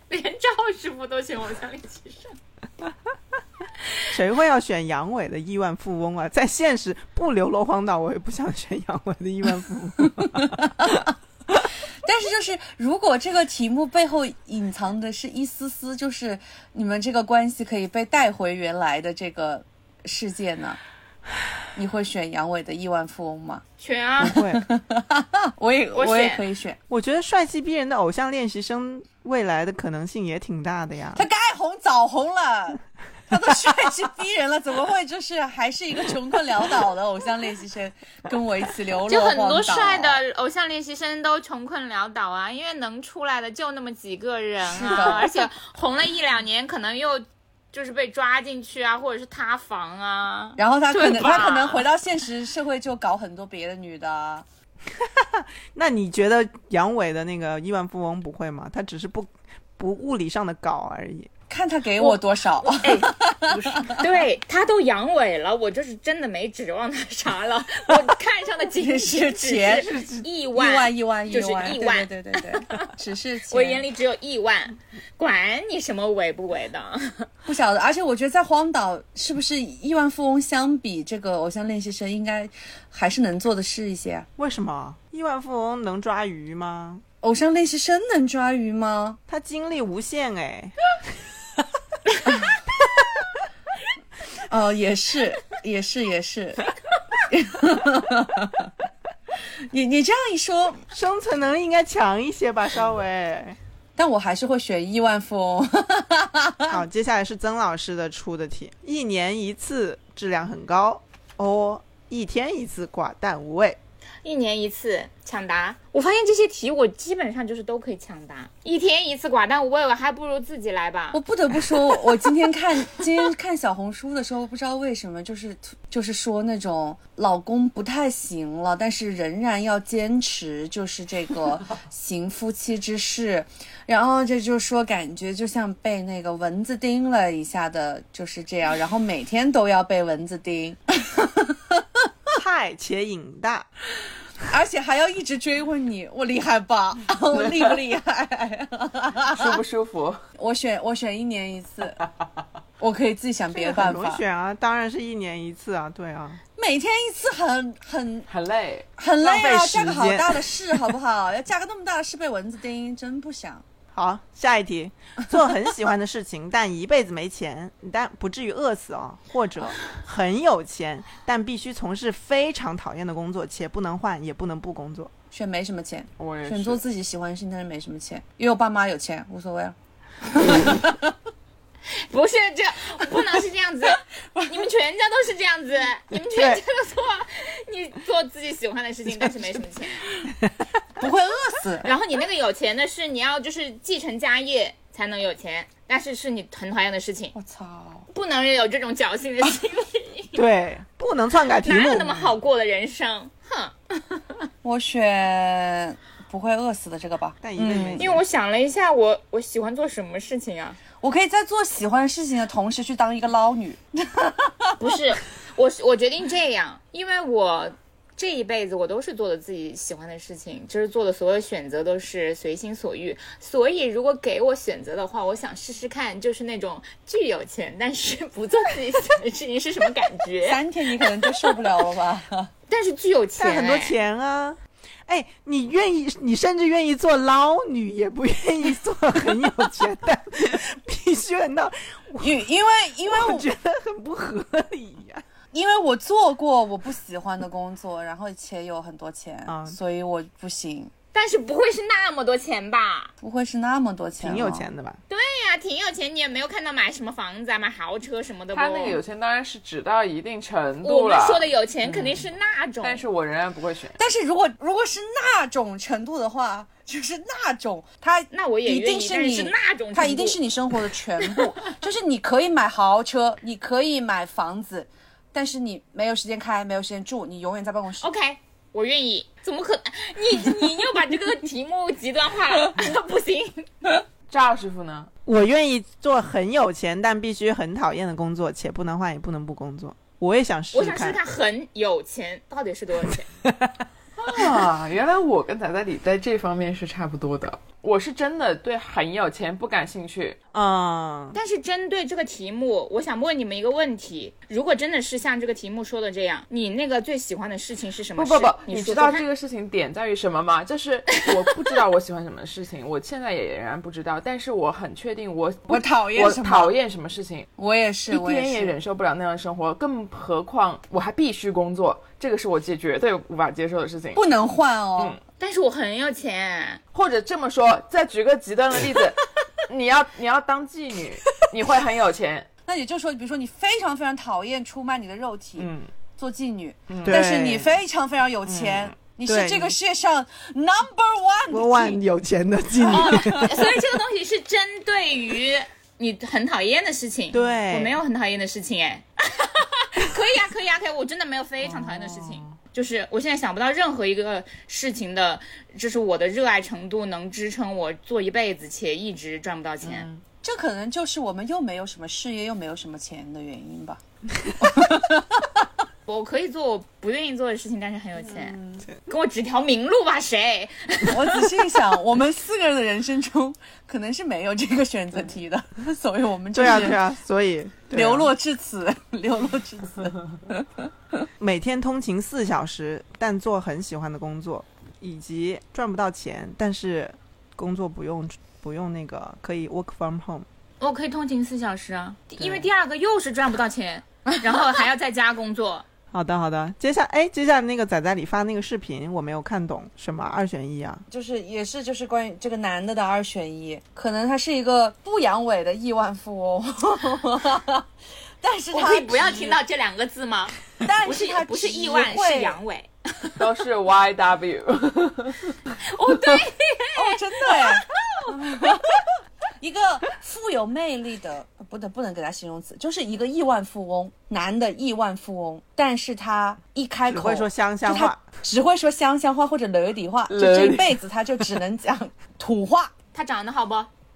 [SPEAKER 3] 连赵师傅都选偶像练习生。
[SPEAKER 2] [laughs] 谁会要选阳痿的亿万富翁啊？在现实不流落荒岛，我也不想选阳痿的亿万富翁。
[SPEAKER 1] 但是就是，如果这个题目背后隐藏的是一丝丝，就是你们这个关系可以被带回原来的这个世界呢？你会选阳痿的亿万富翁吗？啊
[SPEAKER 3] 选啊，
[SPEAKER 2] 不会，
[SPEAKER 1] 我也
[SPEAKER 3] 我
[SPEAKER 1] 也
[SPEAKER 3] 选
[SPEAKER 1] 可以选，
[SPEAKER 2] 我觉得帅气逼人的偶像练习生未来的可能性也挺大的呀
[SPEAKER 1] 他。该红早红了， [laughs] 他都帅气逼人了，怎么会就是还是一个穷困潦倒的偶像练习生跟我一起流落
[SPEAKER 3] [laughs] 就很
[SPEAKER 1] 荒岛
[SPEAKER 3] 多帅的偶像练习生都穷困潦倒啊，因为能出来的就那么几个人
[SPEAKER 1] 是的
[SPEAKER 3] 啊，而且红了一两年，可能又就是被抓进去啊，或者是塌房啊。
[SPEAKER 1] 然后他可能
[SPEAKER 3] 对吧
[SPEAKER 1] 他可能回到现实社会就搞很多别的女的啊，
[SPEAKER 2] 那你觉得阳痿的那个亿万富翁不会吗？他只是不不物理上的搞而已。
[SPEAKER 1] 看他给我多少。 [laughs]
[SPEAKER 3] 哎，不是， [laughs] 对他都阳痿了，我就是真的没指望他啥了。 [laughs] 我看上的仅
[SPEAKER 1] 是
[SPEAKER 3] 是
[SPEAKER 1] 钱
[SPEAKER 3] 只是亿
[SPEAKER 1] 亿万
[SPEAKER 3] 万，
[SPEAKER 1] 亿万亿
[SPEAKER 3] 就是
[SPEAKER 1] 万，
[SPEAKER 3] 亿万
[SPEAKER 1] 对对对对
[SPEAKER 3] [laughs]
[SPEAKER 1] 对，只是钱
[SPEAKER 3] 我眼里只有亿万，管你什么伪不伪的。
[SPEAKER 1] 不晓得，而且我觉得在荒岛是不是亿万富翁相比这个偶像练习生，应该还是能做的事一些啊。
[SPEAKER 2] 为什么亿万富翁能抓鱼吗？
[SPEAKER 1] 偶像练习生能抓鱼吗？
[SPEAKER 2] 他精力无限
[SPEAKER 1] [laughs]
[SPEAKER 2] 哎，
[SPEAKER 1] 哦，也是，也是，也是。你你这样一说，
[SPEAKER 2] 生存能力应该强一些吧，稍微。
[SPEAKER 1] 但我还是会选亿万富翁。 [laughs] 啊
[SPEAKER 2] 好，接下来是曾老师的出的题，一年一次，质量很高哦，一天一次，寡淡无味。
[SPEAKER 3] 一年一次抢答。我发现这些题我基本上就是都可以抢答，一天一次寡淡无味，我还不如自己来吧
[SPEAKER 1] 我。不得不说，我今天看今天看小红书的时候，不知道为什么，就是就是说那种老公不太行了，但是仍然要坚持，就是这个行夫妻之事。然后这就说感觉就像被那个蚊子叮了一下的，就是这样。然后每天都要被蚊子叮，啊
[SPEAKER 2] 菜且瘾大，
[SPEAKER 1] 而且还要一直追问你，我厉害
[SPEAKER 2] [laughs]
[SPEAKER 1] 吧？我厉不厉害？ [laughs]
[SPEAKER 5] 舒不舒服？
[SPEAKER 1] 我选我选一年一次，我可以自己想别的
[SPEAKER 2] 很
[SPEAKER 1] 办
[SPEAKER 2] 容易
[SPEAKER 1] 法。
[SPEAKER 2] 选啊，当然是一年一次啊，对啊，
[SPEAKER 1] 每天一次很很
[SPEAKER 5] 很累，
[SPEAKER 1] 很累
[SPEAKER 2] 浪费
[SPEAKER 1] 啊，
[SPEAKER 2] 时
[SPEAKER 1] 嫁
[SPEAKER 2] 间
[SPEAKER 1] 个好大的事，好不好？要嫁个那么大的事被蚊子叮，真不想。
[SPEAKER 2] 好，下一题，做很喜欢的事情， [laughs] 但一辈子没钱，但不至于饿死啊、或者很有
[SPEAKER 3] [laughs]
[SPEAKER 2] 钱，但必须从事非常讨厌的工作，且不能换，也不能不工作。
[SPEAKER 1] 选没什么钱，
[SPEAKER 5] 我也
[SPEAKER 1] 选做
[SPEAKER 5] 是。
[SPEAKER 1] 自己喜欢的事情，但是没什么钱，因为我爸妈有钱，无所谓了。
[SPEAKER 3] 不是这，不 [laughs] 能是这样子，你们全家都是这样 [laughs] 子，你们全家都做，你做自己喜欢的事情，但是没什么钱。，
[SPEAKER 1] 不会饿
[SPEAKER 2] [laughs]
[SPEAKER 1] 死
[SPEAKER 3] 然后你那个有钱的是你要就是继承家业才能有钱，但是是你很讨厌的事情，
[SPEAKER 1] 我操！
[SPEAKER 3] 不能有这种侥幸的 [laughs] 心理，
[SPEAKER 2] 对，不能篡改题
[SPEAKER 3] 哪
[SPEAKER 2] 目
[SPEAKER 3] 有那。么好过的人生？哼。
[SPEAKER 1] 我选不会饿死的这个吧。
[SPEAKER 2] 但一辈子没
[SPEAKER 3] 嗯因
[SPEAKER 2] 钱，
[SPEAKER 3] 为我想了一下我，我喜欢做什么事情啊？
[SPEAKER 1] 我可以在做喜欢的事情的同时去当一个捞女。
[SPEAKER 3] 不是，我是我决定这样，因为我这一辈子我都是做的自己喜欢的事情，就是做的所有选择都是随心所欲。所以如果给我选择的话，我想试试看，就是那种巨有钱，但是不做自己喜欢的事情是什么感觉？
[SPEAKER 1] 三天你可能就受不了了吧？
[SPEAKER 3] 但是巨有钱、
[SPEAKER 2] 但很多
[SPEAKER 3] 哎
[SPEAKER 2] 钱啊。哎，你愿意，你甚至愿意做捞女，也不愿意做很有钱，但必须很到，
[SPEAKER 1] [laughs] 因因为因为
[SPEAKER 2] 我
[SPEAKER 1] 我
[SPEAKER 2] 觉得很不合理呀、
[SPEAKER 1] 因为我做过我不喜欢的工作，然后且有很多钱，
[SPEAKER 2] 啊
[SPEAKER 1] 所以我不行，
[SPEAKER 3] 但是不会是那么多钱吧？
[SPEAKER 1] 不会是那么多钱、哦
[SPEAKER 2] 挺有。钱的吧？
[SPEAKER 3] 对呀、挺有钱，你也没有看到买什么房子啊，买豪车什么的不。
[SPEAKER 5] 他那个有钱当然是指到一定程
[SPEAKER 3] 我
[SPEAKER 5] 度
[SPEAKER 3] 们
[SPEAKER 5] 了，嗯
[SPEAKER 3] 说的有钱肯定是那种，
[SPEAKER 5] 但是我仍然不会选。
[SPEAKER 1] 但是如果如果是那种程度的话，就是那种他
[SPEAKER 3] 那我也
[SPEAKER 1] 一
[SPEAKER 3] 愿意
[SPEAKER 1] 定
[SPEAKER 3] 但
[SPEAKER 1] 你
[SPEAKER 3] 是那种程度
[SPEAKER 1] 他一定是你生活的全部，
[SPEAKER 3] [laughs]
[SPEAKER 1] 就是你可以买豪车，你可以买房子，但是你没有时间开，没有时间住，你永远在办公室。
[SPEAKER 3] OK，我愿意。怎么可能？你你又把这个题目极端化
[SPEAKER 5] [laughs]
[SPEAKER 3] 了，啊不行。
[SPEAKER 5] 赵师傅呢？
[SPEAKER 2] 我愿意做很有钱但必须很讨厌的工作，且不能换也不能不工作。我也想试
[SPEAKER 3] 我
[SPEAKER 2] 试
[SPEAKER 3] 想试试
[SPEAKER 2] 看，
[SPEAKER 3] 看很有钱到底是多少
[SPEAKER 5] [laughs]
[SPEAKER 3] 钱。
[SPEAKER 5] [laughs] 啊，原来我跟仔仔里在这方面是差不多的。我是真的对很有钱不感兴趣，
[SPEAKER 2] 嗯，
[SPEAKER 3] 但是针对这个题目，我想问你们一个问题：如果真的是像这个题目说的这样，你那个最喜欢的事情是什
[SPEAKER 5] 不
[SPEAKER 3] 么事？
[SPEAKER 5] 不不，
[SPEAKER 3] 你
[SPEAKER 5] 你
[SPEAKER 3] 说说
[SPEAKER 5] 知道
[SPEAKER 3] 看
[SPEAKER 5] 这个事情点在于什么吗？就是我不知道我喜欢什么事情，我现在也仍然不知道，但是我很确定我
[SPEAKER 1] 我讨厌
[SPEAKER 5] 我
[SPEAKER 1] 什么
[SPEAKER 5] 讨厌什么事情，
[SPEAKER 1] 我也是，
[SPEAKER 5] 一
[SPEAKER 1] 我也
[SPEAKER 5] 天也
[SPEAKER 1] 是。
[SPEAKER 5] 忍受不了那样的生活，更何况我还必须工作，这个是我绝绝对无法接受的事情。
[SPEAKER 1] 不能换哦，
[SPEAKER 3] 但是我很有钱，
[SPEAKER 5] 或者这么说，再举个极端的例子，
[SPEAKER 1] [laughs]
[SPEAKER 5] 你要你要当妓女，你会很有钱，
[SPEAKER 1] 那也就是说，比如说你非常非常讨厌出卖你的肉体，
[SPEAKER 5] 嗯，
[SPEAKER 1] 做妓女，
[SPEAKER 2] 对
[SPEAKER 1] 但是你非常非常有钱，你是
[SPEAKER 2] 嗯对
[SPEAKER 1] 这个世界上 number one 的
[SPEAKER 2] 我万
[SPEAKER 1] 妓
[SPEAKER 2] 有钱的妓女，
[SPEAKER 3] 哦，所以这个东西是针对于你很讨厌的事情。
[SPEAKER 2] 对
[SPEAKER 3] 我没有很讨厌的事情，哎，可以啊，可以啊，可以，我真的没有非常讨厌的事情。就是我现在想不到任何一个事情的，就是我的热爱程度能支撑我做一辈子，且一直赚不到钱。
[SPEAKER 1] [laughs] 这可能就是我们又没有什么事业，又没有什么钱的原因吧。
[SPEAKER 3] 我可以做我不愿意做的事情，但是很有钱。给我指条明路吧，谁？
[SPEAKER 1] 我仔细一想，我们四个人的人生中，可能是没有这个选择题的， [laughs] 所以我们就
[SPEAKER 2] 对啊对
[SPEAKER 1] 是
[SPEAKER 2] 啊，所以对啊
[SPEAKER 1] 流落至此， [laughs] 流落至此。
[SPEAKER 2] 每天通勤四小时，但做很喜欢的工作，以及赚不到钱，但是工作不用不用那个可以 work from home。
[SPEAKER 3] 我可以通勤四小时啊，因为第二个又是赚不到钱，然后还要在家工作。
[SPEAKER 2] 好的好的，接下哎接下来那个仔仔里发那个视频我没有看懂，什么二选一啊？
[SPEAKER 1] 就是也是就是关于这个男的的二选一，可能他是一个不阳痿的亿万富翁，但是
[SPEAKER 3] 我
[SPEAKER 1] 他
[SPEAKER 3] 可以不要
[SPEAKER 1] 只
[SPEAKER 3] 听到这两个字吗？
[SPEAKER 1] 但
[SPEAKER 3] 不是
[SPEAKER 1] 他
[SPEAKER 3] 不是
[SPEAKER 1] 只
[SPEAKER 3] 亿万，
[SPEAKER 1] 会
[SPEAKER 3] [laughs] 是阳痿。
[SPEAKER 5] 都
[SPEAKER 1] [laughs]
[SPEAKER 5] 是 YW，
[SPEAKER 3] 哦，对，
[SPEAKER 1] 哦，真的哎，一个富有魅力的，不能不能给他形容词，就是一个亿万富翁，男的亿万富翁，但是他一开
[SPEAKER 2] 只
[SPEAKER 1] 口
[SPEAKER 2] 会说乡下
[SPEAKER 1] 就他
[SPEAKER 2] 话，
[SPEAKER 1] 只会说乡下话或者娄底话，就
[SPEAKER 5] 娄
[SPEAKER 1] 这
[SPEAKER 5] 底
[SPEAKER 1] 一辈子他就只能讲土话，
[SPEAKER 3] [laughs] 他长得好不？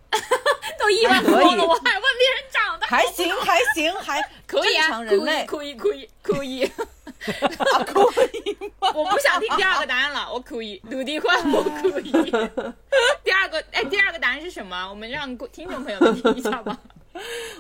[SPEAKER 3] [laughs] 都亿万富翁了，我还问别人长得好
[SPEAKER 1] 还行还行还
[SPEAKER 3] [laughs] 可以
[SPEAKER 1] 正
[SPEAKER 3] 啊
[SPEAKER 1] 常，人类
[SPEAKER 3] 可以可以可以 [laughs] 可以，
[SPEAKER 1] 啊可以吗？
[SPEAKER 3] 我不想听第二个答案了，我可以，鲁地话我可以。第二个哎，第二个答案是什么？我们让听众朋友们听一下 [laughs] 吧。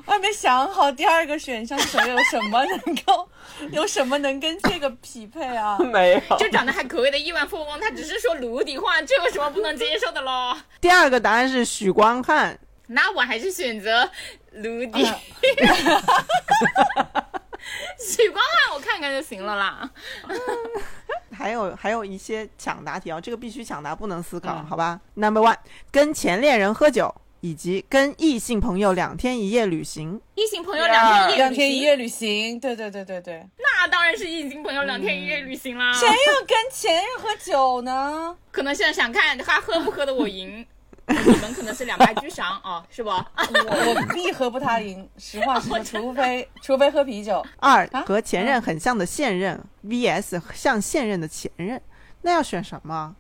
[SPEAKER 1] 我 [laughs] 还没想好第二个选项是什么，有什么能够有什么能跟这个匹配啊？
[SPEAKER 5] 没有。
[SPEAKER 3] 就长得还可以的亿万富翁，他只是说鲁地话，这有什么不能接受的喽？
[SPEAKER 2] 第二个答案是许光汉，
[SPEAKER 3] 那我还是选择鲁迪。 [laughs] 许光汉，我看看就行了啦。
[SPEAKER 2] 还有还有一些抢答题啊，这个必须抢答，不能思考，好吧？Number one，跟前恋人喝酒，以及跟异性朋友两天一夜旅行。
[SPEAKER 3] 异性朋友
[SPEAKER 5] 第二
[SPEAKER 3] 两天一夜，
[SPEAKER 1] 两天一，夜旅行，对对对对对，
[SPEAKER 3] 那当然是异性朋友两天一夜旅行啦。
[SPEAKER 1] 嗯谁要跟前任喝酒呢？
[SPEAKER 3] 可能现在想看他喝不喝的
[SPEAKER 1] [laughs]
[SPEAKER 3] 我赢，你们可能是两败俱伤哦，是不？
[SPEAKER 1] 我我必喝不他赢，实话实说，除非除非喝啤酒。
[SPEAKER 2] 二
[SPEAKER 1] 啊
[SPEAKER 2] 和前任很像的现任 vs 像现任的前任，那要选什么？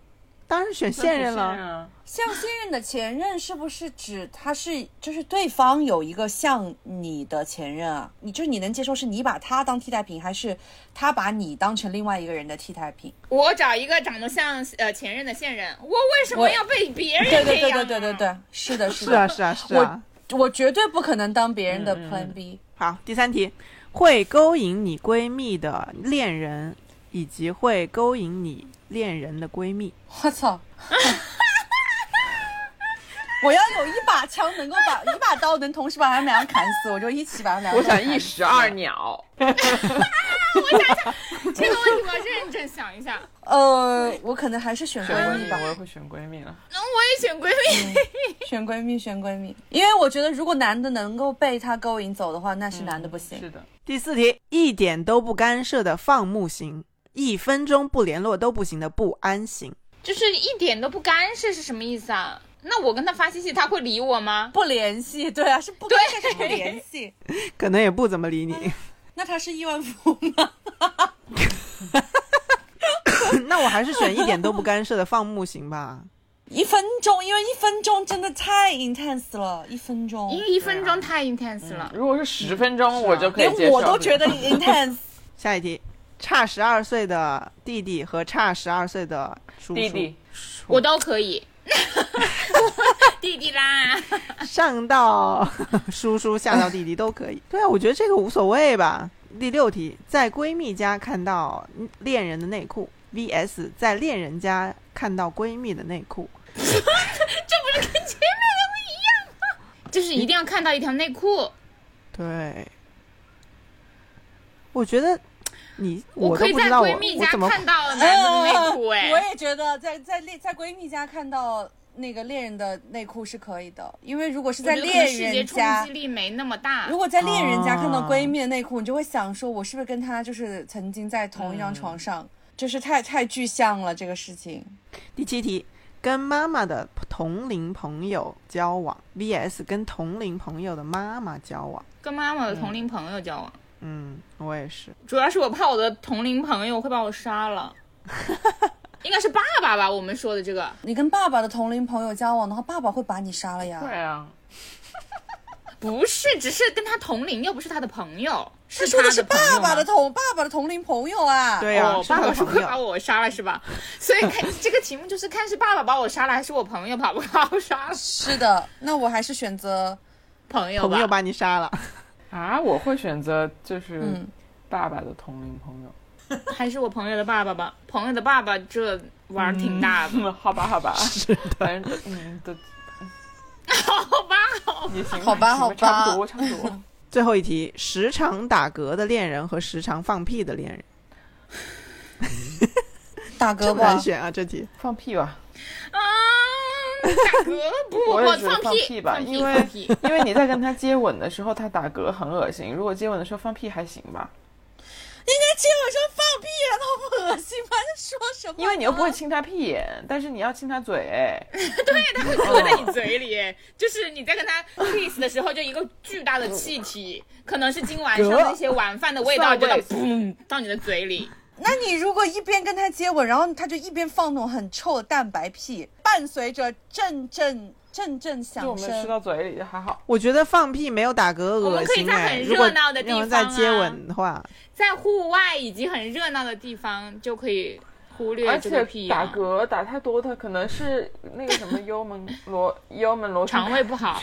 [SPEAKER 2] 当然选现任了。
[SPEAKER 5] 了，
[SPEAKER 1] 像现任的前任是不是指他是就是对方有一个像你的前任啊？你就是你能接受是你把他当替代品，还是他把你当成另外一个人的替代品？
[SPEAKER 3] 我找一个长得像呃前任的现任，我为什么
[SPEAKER 1] 我
[SPEAKER 3] 要被别人
[SPEAKER 1] 对对
[SPEAKER 3] 这
[SPEAKER 1] 对
[SPEAKER 3] 样啊
[SPEAKER 1] 对
[SPEAKER 3] 呢
[SPEAKER 1] 对对对，是的，是
[SPEAKER 2] 是啊，
[SPEAKER 1] 的，
[SPEAKER 2] 是啊，是啊。
[SPEAKER 1] 我绝对不可能当别人的
[SPEAKER 5] 嗯
[SPEAKER 1] Plan B。
[SPEAKER 2] 好，第三题，会勾引你闺蜜的恋人，以及会勾引你恋人的闺蜜。
[SPEAKER 1] 我操！ [laughs] 我要有一把枪，能够把一把刀，能同时把他们俩砍死，我就一起把他们俩
[SPEAKER 5] 我
[SPEAKER 1] 都砍
[SPEAKER 5] 想
[SPEAKER 1] 死。
[SPEAKER 5] 一石二鸟，
[SPEAKER 3] 这个问题我要认真想一下。
[SPEAKER 1] 呃，我可能还是选
[SPEAKER 5] 选
[SPEAKER 1] 闺
[SPEAKER 5] 闺
[SPEAKER 1] 蜜
[SPEAKER 5] 蜜，
[SPEAKER 1] 吧，
[SPEAKER 5] 我也会选闺蜜了。
[SPEAKER 3] 那我也选闺
[SPEAKER 1] 嗯
[SPEAKER 3] 蜜，
[SPEAKER 1] 选闺蜜，选闺蜜，因为我觉得如果男的能够被她勾引走的话，那是男的不行。
[SPEAKER 5] 嗯是的，
[SPEAKER 2] 第四题，一点都不干涉的放牧型，一分钟不联络都不行的不安型。
[SPEAKER 3] 就是一点都不干涉是什么意思啊？那我跟他发信息，他会理我吗？
[SPEAKER 1] 不联系，对啊，是不干涉，是不联
[SPEAKER 5] [laughs]
[SPEAKER 1] 系。
[SPEAKER 2] 可能也不怎么理你。
[SPEAKER 1] 那他是亿万富翁吗？
[SPEAKER 2] [laughs]
[SPEAKER 1] [laughs]
[SPEAKER 2] 那我还是选一点都不干涉的放牧型吧。 [laughs]
[SPEAKER 1] 一分钟，因为一分钟真的太 intense 了，一分钟，
[SPEAKER 3] 一一分
[SPEAKER 1] 啊
[SPEAKER 3] 钟太 intense
[SPEAKER 1] 嗯
[SPEAKER 3] 了。
[SPEAKER 5] 如果是十分钟，我就可以
[SPEAKER 1] 连
[SPEAKER 5] 接受。
[SPEAKER 1] 我都觉得
[SPEAKER 3] [laughs]
[SPEAKER 1] intense。
[SPEAKER 2] 下一题，差十二岁的弟弟和差十二岁的叔叔。
[SPEAKER 5] 弟弟
[SPEAKER 3] 我都可
[SPEAKER 1] [laughs]
[SPEAKER 3] 以。弟弟啦，
[SPEAKER 2] 上到 [laughs] 叔叔，下到弟弟都可以。 [laughs] 对啊，我觉得这个无所谓吧。第六题，在闺蜜家看到恋人的内裤，vs 在恋人家看到闺蜜的内裤。
[SPEAKER 3] [laughs] 就是一定要看到一条内裤，
[SPEAKER 2] 对，我觉得你
[SPEAKER 3] 我
[SPEAKER 2] 都
[SPEAKER 3] 可以
[SPEAKER 2] 不知
[SPEAKER 3] 在
[SPEAKER 2] 道我
[SPEAKER 3] 闺蜜
[SPEAKER 2] 我
[SPEAKER 3] 家
[SPEAKER 2] 怎么
[SPEAKER 3] 看到男的内
[SPEAKER 1] [laughs]
[SPEAKER 3] 裤、
[SPEAKER 1] 哎
[SPEAKER 3] 哎、
[SPEAKER 1] 我也觉得在在恋在闺蜜家看到那个恋人的内裤是可以的，因为如果是在
[SPEAKER 3] 我觉得可能
[SPEAKER 1] 恋
[SPEAKER 3] 视觉
[SPEAKER 1] 人
[SPEAKER 3] 冲
[SPEAKER 1] 家
[SPEAKER 3] 击，力没那么大
[SPEAKER 1] 如。果在恋人家看到闺蜜的内裤，你就会想说，我是不是跟她就是曾经在同
[SPEAKER 3] 嗯
[SPEAKER 1] 一张床上，就是太太具象了这个事情。
[SPEAKER 2] 第七题，跟妈妈的同龄朋友交往，vs 跟同龄朋友的妈妈交往。
[SPEAKER 3] 跟妈妈的同龄朋友交往，
[SPEAKER 2] 嗯，我也是。
[SPEAKER 3] 主要是我怕我的同龄朋友会把我杀了。应该是爸爸吧？我们说的这个，
[SPEAKER 1] 你跟爸爸的同龄朋友交往的话，爸爸会把你杀了呀。
[SPEAKER 5] 对啊，
[SPEAKER 3] 不是，只是跟他同龄，又不是他的朋友，
[SPEAKER 1] 他
[SPEAKER 3] 是
[SPEAKER 1] 说的
[SPEAKER 3] 他
[SPEAKER 1] 是
[SPEAKER 3] 朋友
[SPEAKER 1] 爸爸
[SPEAKER 3] 吗
[SPEAKER 1] 的同爸爸的同龄朋友啊。
[SPEAKER 2] 对啊，
[SPEAKER 3] 哦、
[SPEAKER 2] 是
[SPEAKER 3] 爸
[SPEAKER 2] 他
[SPEAKER 3] 爸
[SPEAKER 2] 的
[SPEAKER 3] 是
[SPEAKER 2] 朋
[SPEAKER 3] 会把
[SPEAKER 2] 友。
[SPEAKER 3] 我杀了是吧？所以看这个题目就是看是爸爸把我杀了，还是我朋友把我把我 [laughs] 杀了？
[SPEAKER 1] 是的，那我还是选择
[SPEAKER 3] 朋友吧，
[SPEAKER 2] 朋友把你杀了，
[SPEAKER 5] 啊，我会选择就是
[SPEAKER 1] 嗯
[SPEAKER 5] 爸爸的同龄朋友。
[SPEAKER 3] 还是我朋友的爸爸吧？朋友的爸爸这玩儿挺大的，
[SPEAKER 5] [laughs] 嗯，好吧，好吧，是的，反正嗯，都
[SPEAKER 3] 好吧？
[SPEAKER 5] 也行，
[SPEAKER 1] 好吧
[SPEAKER 5] 行
[SPEAKER 1] 好吧
[SPEAKER 5] 差不多，差不多。
[SPEAKER 2] 最后一题，时常打嗝的恋人和时常放屁的恋人，
[SPEAKER 1] 大
[SPEAKER 2] 这
[SPEAKER 1] 哥
[SPEAKER 2] 么难
[SPEAKER 1] 吧。
[SPEAKER 2] 选啊！这题
[SPEAKER 5] 放屁吧，
[SPEAKER 3] 啊，打嗝不，
[SPEAKER 5] 我也
[SPEAKER 3] 我
[SPEAKER 5] 觉得放屁
[SPEAKER 3] 屁
[SPEAKER 5] 吧
[SPEAKER 3] 放屁
[SPEAKER 5] 因为
[SPEAKER 3] 放屁
[SPEAKER 5] 因为你在跟他接吻的时候，他打嗝很恶心。如果接吻的时候放屁还行吧，
[SPEAKER 1] 该亲我说放屁啊，那么恶心吗？在说什么？
[SPEAKER 5] 因为你又不会亲他屁眼，但是你要亲他嘴，
[SPEAKER 3] 搁在你嘴里，就是你在跟他 kiss 的时候，就一个巨大的气
[SPEAKER 5] [laughs]
[SPEAKER 3] 体，可能是今晚上那些晚饭的味道，就到嘣到你的嘴里。
[SPEAKER 1] 那你如果一边跟他接吻，然后他就一边放那种很臭的蛋白屁，伴随着阵阵阵阵
[SPEAKER 5] 就
[SPEAKER 1] 响
[SPEAKER 5] 我们吃
[SPEAKER 1] 声，
[SPEAKER 5] 到嘴里就还好。
[SPEAKER 2] 我觉得放屁没有打嗝
[SPEAKER 3] 我
[SPEAKER 2] 恶
[SPEAKER 3] 们可以
[SPEAKER 2] 心
[SPEAKER 3] 在
[SPEAKER 2] 哎、
[SPEAKER 3] 很
[SPEAKER 2] 如果
[SPEAKER 3] 热闹的地
[SPEAKER 2] 让人在
[SPEAKER 3] 方
[SPEAKER 2] 接
[SPEAKER 3] 啊
[SPEAKER 2] 吻的话，
[SPEAKER 3] 在户外以及很热闹的地方就可以忽略
[SPEAKER 5] 而
[SPEAKER 3] 这个
[SPEAKER 5] 且
[SPEAKER 3] 屁啊
[SPEAKER 5] 打
[SPEAKER 3] 痒，
[SPEAKER 5] 嗝打太多，它可能是那个什么幽门螺 [laughs] 幽门螺旋
[SPEAKER 3] 肠胃不
[SPEAKER 5] [laughs]
[SPEAKER 3] 好。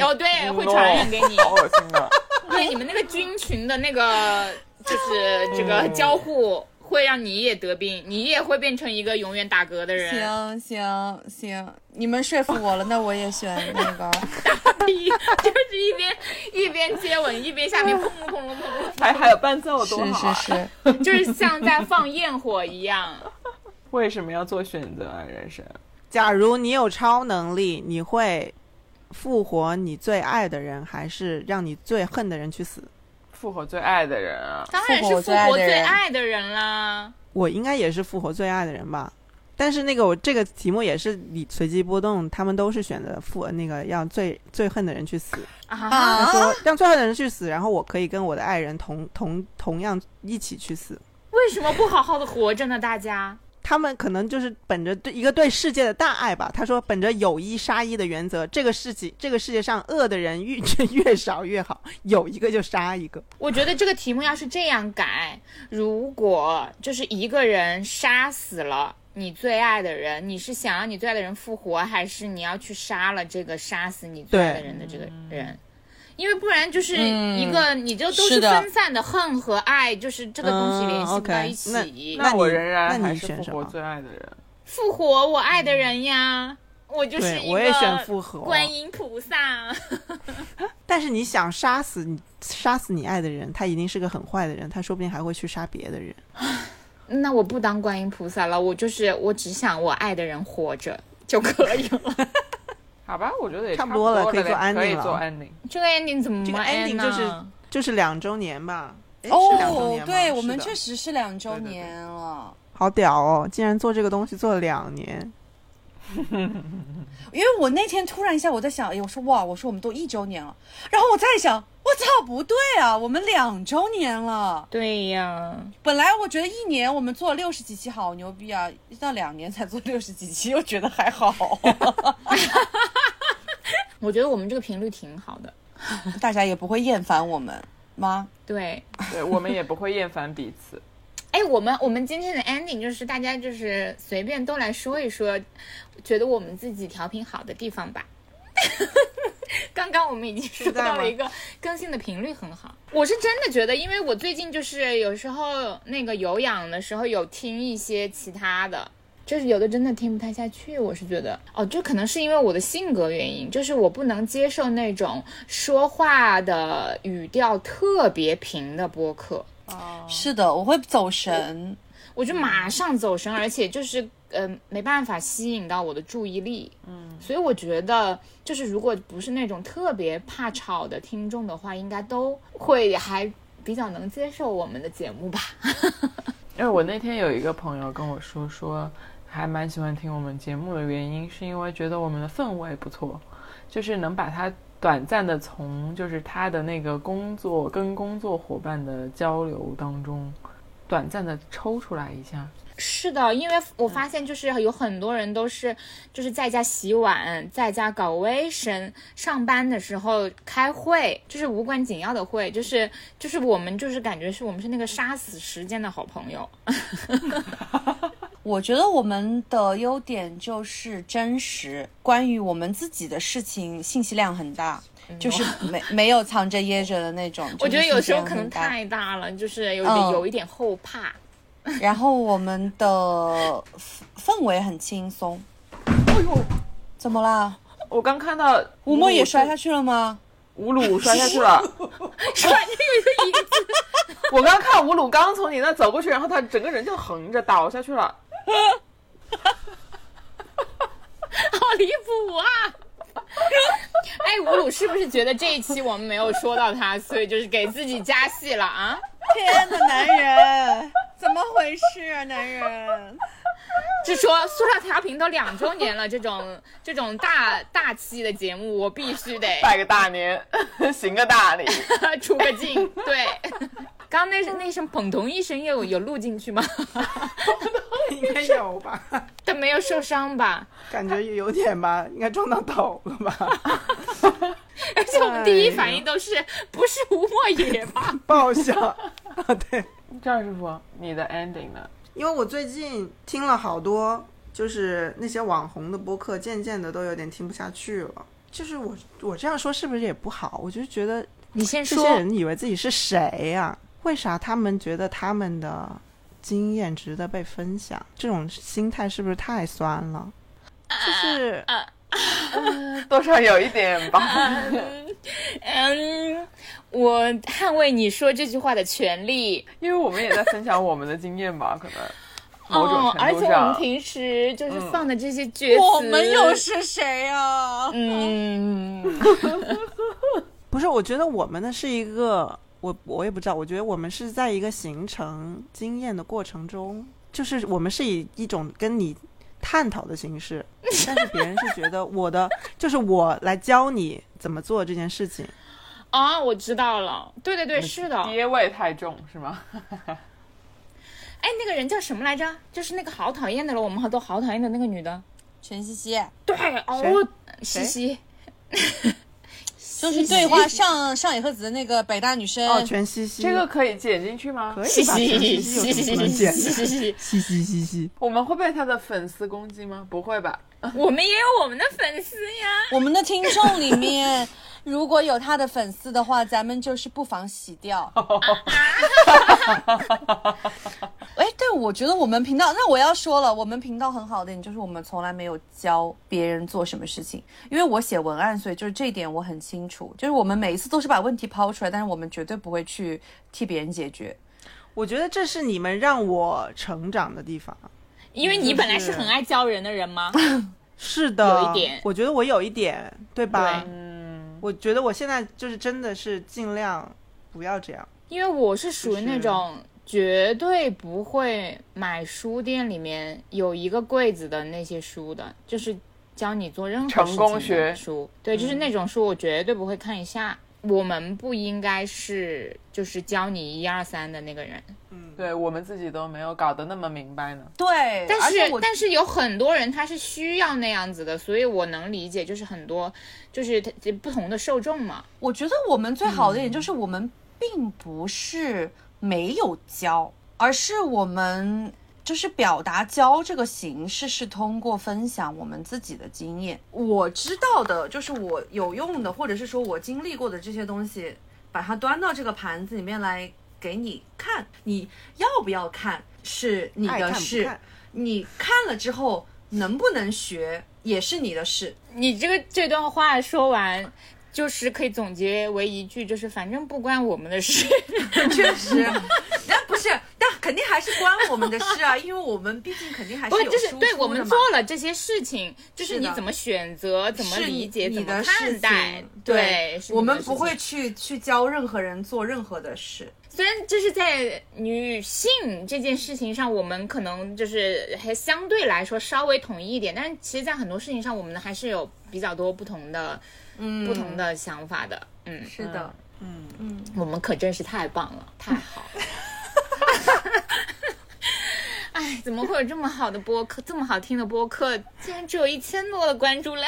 [SPEAKER 3] 哦，对，会
[SPEAKER 5] No，
[SPEAKER 3] 传染给你。
[SPEAKER 5] 好恶心的。
[SPEAKER 3] [laughs] 对，你们那个菌群的那个就是这
[SPEAKER 1] 哦
[SPEAKER 3] 个交互，会让你也得病，你也会变成一个永远打嗝的人。
[SPEAKER 1] 行行行，你们说服我了，那我也选那个。
[SPEAKER 3] [laughs] 一就是一边一边接吻，一边下面砰隆砰隆砰
[SPEAKER 5] 还还有伴奏多好、
[SPEAKER 1] 是
[SPEAKER 5] 啊！
[SPEAKER 1] 是是，
[SPEAKER 3] 隆，就是像在放焰火
[SPEAKER 1] [laughs]
[SPEAKER 3] 一样。
[SPEAKER 5] 为什么要做选择啊？人生
[SPEAKER 2] 假如你有超能力，你会复活你最爱的人，还是让你最恨的人去死？
[SPEAKER 5] 复活最爱的人啊，
[SPEAKER 3] 当然是复
[SPEAKER 1] 复活最爱
[SPEAKER 3] 活
[SPEAKER 1] 的人
[SPEAKER 3] 最爱的人啦。
[SPEAKER 2] 我应该也是复活最爱的人吧。但是那个我这个题目也是你随机波动，他们都是选择复那个让最最恨的人去死。
[SPEAKER 3] 啊，
[SPEAKER 2] 他说让最恨的人去死，然后我可以跟我的爱人同同同样一起去死。
[SPEAKER 3] 为什么不好好的活着呢？大家，
[SPEAKER 2] 他们可能就是本着对一个对世界的大爱吧。他说，本着友谊杀一的原则，这个世界这个世界上恶的人越越少越好，有一个就杀一个。
[SPEAKER 1] [laughs]
[SPEAKER 3] 我觉得这个题目要是这样改，如果就是一个人杀死了你最爱的人，你是想要你最爱的人复活，还是你要去杀了这个杀死你最爱的人的这个
[SPEAKER 2] 嗯
[SPEAKER 3] 人？因为不然就是一个，你就都
[SPEAKER 1] 是的
[SPEAKER 3] 分散的恨和爱，就是这个东西联系不到一
[SPEAKER 2] 嗯
[SPEAKER 3] 起。
[SPEAKER 2] ，OK，那
[SPEAKER 5] 那我
[SPEAKER 2] 你
[SPEAKER 5] 仍然
[SPEAKER 2] 那
[SPEAKER 5] 还
[SPEAKER 2] 你
[SPEAKER 5] 是
[SPEAKER 2] 选
[SPEAKER 5] 复
[SPEAKER 2] 什
[SPEAKER 5] 活
[SPEAKER 2] 么
[SPEAKER 5] 最爱的人。
[SPEAKER 3] 复活我爱的人呀，我就是
[SPEAKER 2] 对
[SPEAKER 3] 一
[SPEAKER 2] 我也选
[SPEAKER 3] 个
[SPEAKER 2] 复合
[SPEAKER 3] 观音菩萨。 [laughs]
[SPEAKER 2] 但是你想杀死你杀死你爱的人，他一定是个很坏的人，他说不定还会去杀别的人。
[SPEAKER 3] 那我不当观音菩萨了，我就是我只想我爱的人活着就可以了。
[SPEAKER 5] 好吧，我觉得也
[SPEAKER 2] 差不
[SPEAKER 5] 不
[SPEAKER 2] 多了
[SPEAKER 5] 了，
[SPEAKER 2] 可以做安
[SPEAKER 5] 可以
[SPEAKER 2] 宁了
[SPEAKER 5] 做安宁。
[SPEAKER 3] 这个 ending 怎么
[SPEAKER 2] 这个
[SPEAKER 3] end
[SPEAKER 2] ending
[SPEAKER 3] 呢
[SPEAKER 2] 就是就是两周年吧？诶是两周
[SPEAKER 1] 哦
[SPEAKER 2] 年，吗
[SPEAKER 1] 对
[SPEAKER 2] 是
[SPEAKER 1] 我们
[SPEAKER 2] 的
[SPEAKER 1] 确实是两周
[SPEAKER 5] 对对对
[SPEAKER 1] 年了。
[SPEAKER 2] 好屌哦！竟然做这个东西做了两
[SPEAKER 1] [laughs]
[SPEAKER 2] 年，
[SPEAKER 1] 因为我那天突然一下，我在想，哎，我说哇，我说我们都一周年了，然后我再一想，我操，不对啊，我们两周年了。
[SPEAKER 3] 对呀，
[SPEAKER 1] 本来我觉得一年我们做六十几期好牛逼啊，到两年才做六十几期，又觉得还
[SPEAKER 3] [laughs]
[SPEAKER 1] 好，
[SPEAKER 3] 我觉得我们这个频率挺好的。
[SPEAKER 1] 大家也不会厌烦我们吗？
[SPEAKER 3] 对，
[SPEAKER 5] 对，我们也不会厌烦彼此。
[SPEAKER 3] 哎，我们我们今天的 ending 就是大家就是随便都来说一说，觉得我们自己调频好的地方吧。 [laughs] 刚刚我们已经说到了一个更新的频率很好，我是真的觉得，因为我最近就是有时候那个有氧的时候有听一些其他的，就是有的真的听不太下去，我是觉得哦，这可能是因为我的性格原因，就是我不能接受那种说话的语调特别平的播客，哦
[SPEAKER 1] 是的，我会走神。
[SPEAKER 3] 我就马上走神，而且就是呃没办法吸引到我的注意力，嗯，所以我觉得就是如果不是那种特别怕吵的听众的话，应该都会还比较能接受我们的节目吧。
[SPEAKER 5] 因为我那天有一个朋友跟我说，说还蛮喜欢听我们节目的原因，是因为觉得我们的氛围不错，就是能把他短暂的从就是他的那个工作跟工作伙伴的交流当中，短暂的抽出来一下。
[SPEAKER 3] 是的，因为我发现就是有很多人都是就是在家洗碗，在家搞卫生，上班的时候开会，就是无关紧要的会，就是就是我们就是感觉是我们是那个杀死时间的好朋友。
[SPEAKER 1] 我觉得我们的优点就是真实，关于我们自己的事情信息量很大，就是没没有藏着掖着的那
[SPEAKER 3] [laughs]
[SPEAKER 1] 种。
[SPEAKER 3] 哎我觉得有时候可
[SPEAKER 1] 就是信息量很
[SPEAKER 3] 能
[SPEAKER 1] 大
[SPEAKER 3] 太大了，就是有
[SPEAKER 1] 嗯
[SPEAKER 3] 点有一点后怕。 [laughs]
[SPEAKER 1] 然后我们的氛氛围很轻松。
[SPEAKER 5] 哎呦，
[SPEAKER 1] 怎么啦？
[SPEAKER 5] 我刚看到
[SPEAKER 1] 吴莫也摔
[SPEAKER 5] 下
[SPEAKER 1] 下去了吗？
[SPEAKER 5] 吴鲁摔下去 [laughs] 了，
[SPEAKER 3] 突然间有一个
[SPEAKER 5] 我刚看吴鲁刚从你那走过去，然后他整个人就横着倒下去了。
[SPEAKER 3] 好离谱啊！ [laughs] 哎，吴鲁是不是觉得这一期我们没有说到他，所以就是给自己加戏了啊？
[SPEAKER 2] 天呐，男人，
[SPEAKER 1] 怎么回事啊，男人？
[SPEAKER 3] 就说塑料调频都两周年了，这种这种大大气的节目，我必须得
[SPEAKER 5] 拜个大年， [laughs] 行个大礼。
[SPEAKER 3] [laughs] 出个镜。对， [laughs] 刚刚那那声砰咚一声又有录进去吗？ [laughs]
[SPEAKER 2] 应该有吧？
[SPEAKER 3] 但没有受伤吧？
[SPEAKER 2] 感觉有点吧，应该撞到头了吧？ [laughs]
[SPEAKER 3] 而且我们第一反应都是不是吴莫言吧？
[SPEAKER 2] 爆笑 [laughs] 啊！对，
[SPEAKER 5] 赵师傅，你的 ending 呢？
[SPEAKER 2] 因为我最近听了好多，就是那些网红的播客，渐渐的都有点听不下去了。就是我我这样说是不是也不好？我就觉得
[SPEAKER 3] 你先
[SPEAKER 2] 这
[SPEAKER 3] 哎说，
[SPEAKER 2] 些人以为自己是谁呀、为啥他们觉得他们的经验值得被分享？这种心态是不是太酸了？就是
[SPEAKER 5] 多少有一点吧。
[SPEAKER 3] 嗯，我捍卫你说这句话的权利。
[SPEAKER 5] 因为我们也在分享我们的经验吧，可能某种
[SPEAKER 3] 哦，而
[SPEAKER 5] 程
[SPEAKER 3] 且
[SPEAKER 5] 度
[SPEAKER 3] 我
[SPEAKER 5] 上
[SPEAKER 3] 们，平时就是放的这些厥词，
[SPEAKER 1] 我们又是谁啊？
[SPEAKER 3] 嗯，
[SPEAKER 2] 不是，我觉得我们的是一个，我我也不知道，我觉得我们是在一个形成经验的过程中，就是我们是以一种跟你探讨的形式，但是别人是觉得我的就是我来教你怎么做这件事情，
[SPEAKER 3] 啊、我知道了，对对对，是的。
[SPEAKER 5] 爹味太重是吗？
[SPEAKER 3] 哎，那个人叫什么来着？就是那个好讨厌的了，我们都好讨厌的那个女的。
[SPEAKER 1] 陈茜茜
[SPEAKER 3] 对，哦，
[SPEAKER 2] 谁
[SPEAKER 3] 西西，
[SPEAKER 1] 就是对话上上野和子的那个北大女生，
[SPEAKER 2] 哦，全西西
[SPEAKER 5] 这个可以剪进去吗
[SPEAKER 2] 可？以吧？
[SPEAKER 3] 西
[SPEAKER 2] 全
[SPEAKER 3] 西，
[SPEAKER 2] 西
[SPEAKER 3] 西
[SPEAKER 2] 西有
[SPEAKER 3] 西
[SPEAKER 2] 什么不能
[SPEAKER 3] 西
[SPEAKER 2] 见的？
[SPEAKER 3] 西西，
[SPEAKER 2] 西西西西，
[SPEAKER 5] 我们会被他的粉丝攻击吗？不会吧？
[SPEAKER 3] 我们也有我们的粉丝呀。
[SPEAKER 1] 我们的听众里面。 [laughs] 如果有他的粉丝的话，咱们就是不妨洗掉。 [laughs] 哎，对，我觉得我们频道，那我要说了，我们频道很好的一点就是我们从来没有教别人做什么事情，因为我写文案，所以就是这一点我很清楚，就是我们每一次都是把问题抛出来，但是我们绝对不会去替别人解决。
[SPEAKER 2] 我觉得这是你们让我成长的地方。
[SPEAKER 3] 因为你本来是很爱教人的人吗？
[SPEAKER 2] 是的，
[SPEAKER 3] 有一点
[SPEAKER 2] 我觉得我有一点，对吧？
[SPEAKER 3] 对
[SPEAKER 5] 嗯，
[SPEAKER 2] 我觉得我现在就是真的是尽量不要这样。
[SPEAKER 3] 因为我是属于
[SPEAKER 5] 就
[SPEAKER 3] 那
[SPEAKER 5] 是
[SPEAKER 3] 种绝对不会买书店里面有一个柜子的那些书的，就是教你做任何
[SPEAKER 5] 成
[SPEAKER 3] 事
[SPEAKER 5] 功
[SPEAKER 3] 情的
[SPEAKER 5] 学嗯
[SPEAKER 3] 书，对，就是那种书我绝对不会看一下。我们不应该是就是教你一二三的那个人，
[SPEAKER 5] 对我们自己都没有搞得那么明白呢。
[SPEAKER 1] 对，
[SPEAKER 3] 但
[SPEAKER 1] 而且
[SPEAKER 3] 是
[SPEAKER 1] 我
[SPEAKER 3] 但是有很多人他是需要那样子的，所以我能理解，就是很多就是他不同的受众嘛，
[SPEAKER 1] 我觉得我们最好的一点
[SPEAKER 2] 嗯
[SPEAKER 1] 就是我们并不是没有教，而是我们就是表达教这个形式是通过分享我们自己的经验。我知道的，就是我有用的，或者是说我经历过的这些东西，把它端到这个盘子里面来给你看，你要不要看是你
[SPEAKER 2] 爱
[SPEAKER 1] 的
[SPEAKER 2] 看不
[SPEAKER 1] 事，
[SPEAKER 2] 看
[SPEAKER 1] 你看了之后能不能学也是你的事。
[SPEAKER 3] 你这个这段话说完，就是可以总结为一句，就是反正不关我们的事。
[SPEAKER 1] [laughs] 确实，但不是，但肯定还是关我们的事啊，因为我们毕竟肯定还
[SPEAKER 3] [laughs] 不
[SPEAKER 1] 是
[SPEAKER 3] 是，
[SPEAKER 1] 有
[SPEAKER 3] 就是
[SPEAKER 1] 输
[SPEAKER 3] 对
[SPEAKER 1] 出
[SPEAKER 3] 我
[SPEAKER 1] 的
[SPEAKER 3] 们
[SPEAKER 1] 嘛
[SPEAKER 3] 做了这些事情，就是
[SPEAKER 1] 是
[SPEAKER 3] 你
[SPEAKER 1] 的
[SPEAKER 3] 怎么选择、怎么
[SPEAKER 1] 是
[SPEAKER 3] 理解、
[SPEAKER 1] 你
[SPEAKER 3] 怎么
[SPEAKER 1] 的
[SPEAKER 3] 看
[SPEAKER 1] 事
[SPEAKER 3] 待
[SPEAKER 1] 情。，
[SPEAKER 3] 对，是你
[SPEAKER 1] 我
[SPEAKER 3] 的
[SPEAKER 1] 们
[SPEAKER 3] 事
[SPEAKER 1] 不会
[SPEAKER 3] 情。
[SPEAKER 1] 去去教任何人做任何的事。
[SPEAKER 3] 虽然这是在女性这件事情上，我们可能就是还相对来说稍微统一一点，但是其实，在很多事情上，我们还是有比较多不同的、
[SPEAKER 1] 嗯，
[SPEAKER 3] 不同的想法的。嗯，
[SPEAKER 1] 是的，
[SPEAKER 3] 我们可真是太棒
[SPEAKER 5] [laughs]
[SPEAKER 3] 了，太好了。 [laughs] 哎，怎么会有这么好的播客，这么好听的播客，竟然只有一千多的关注量？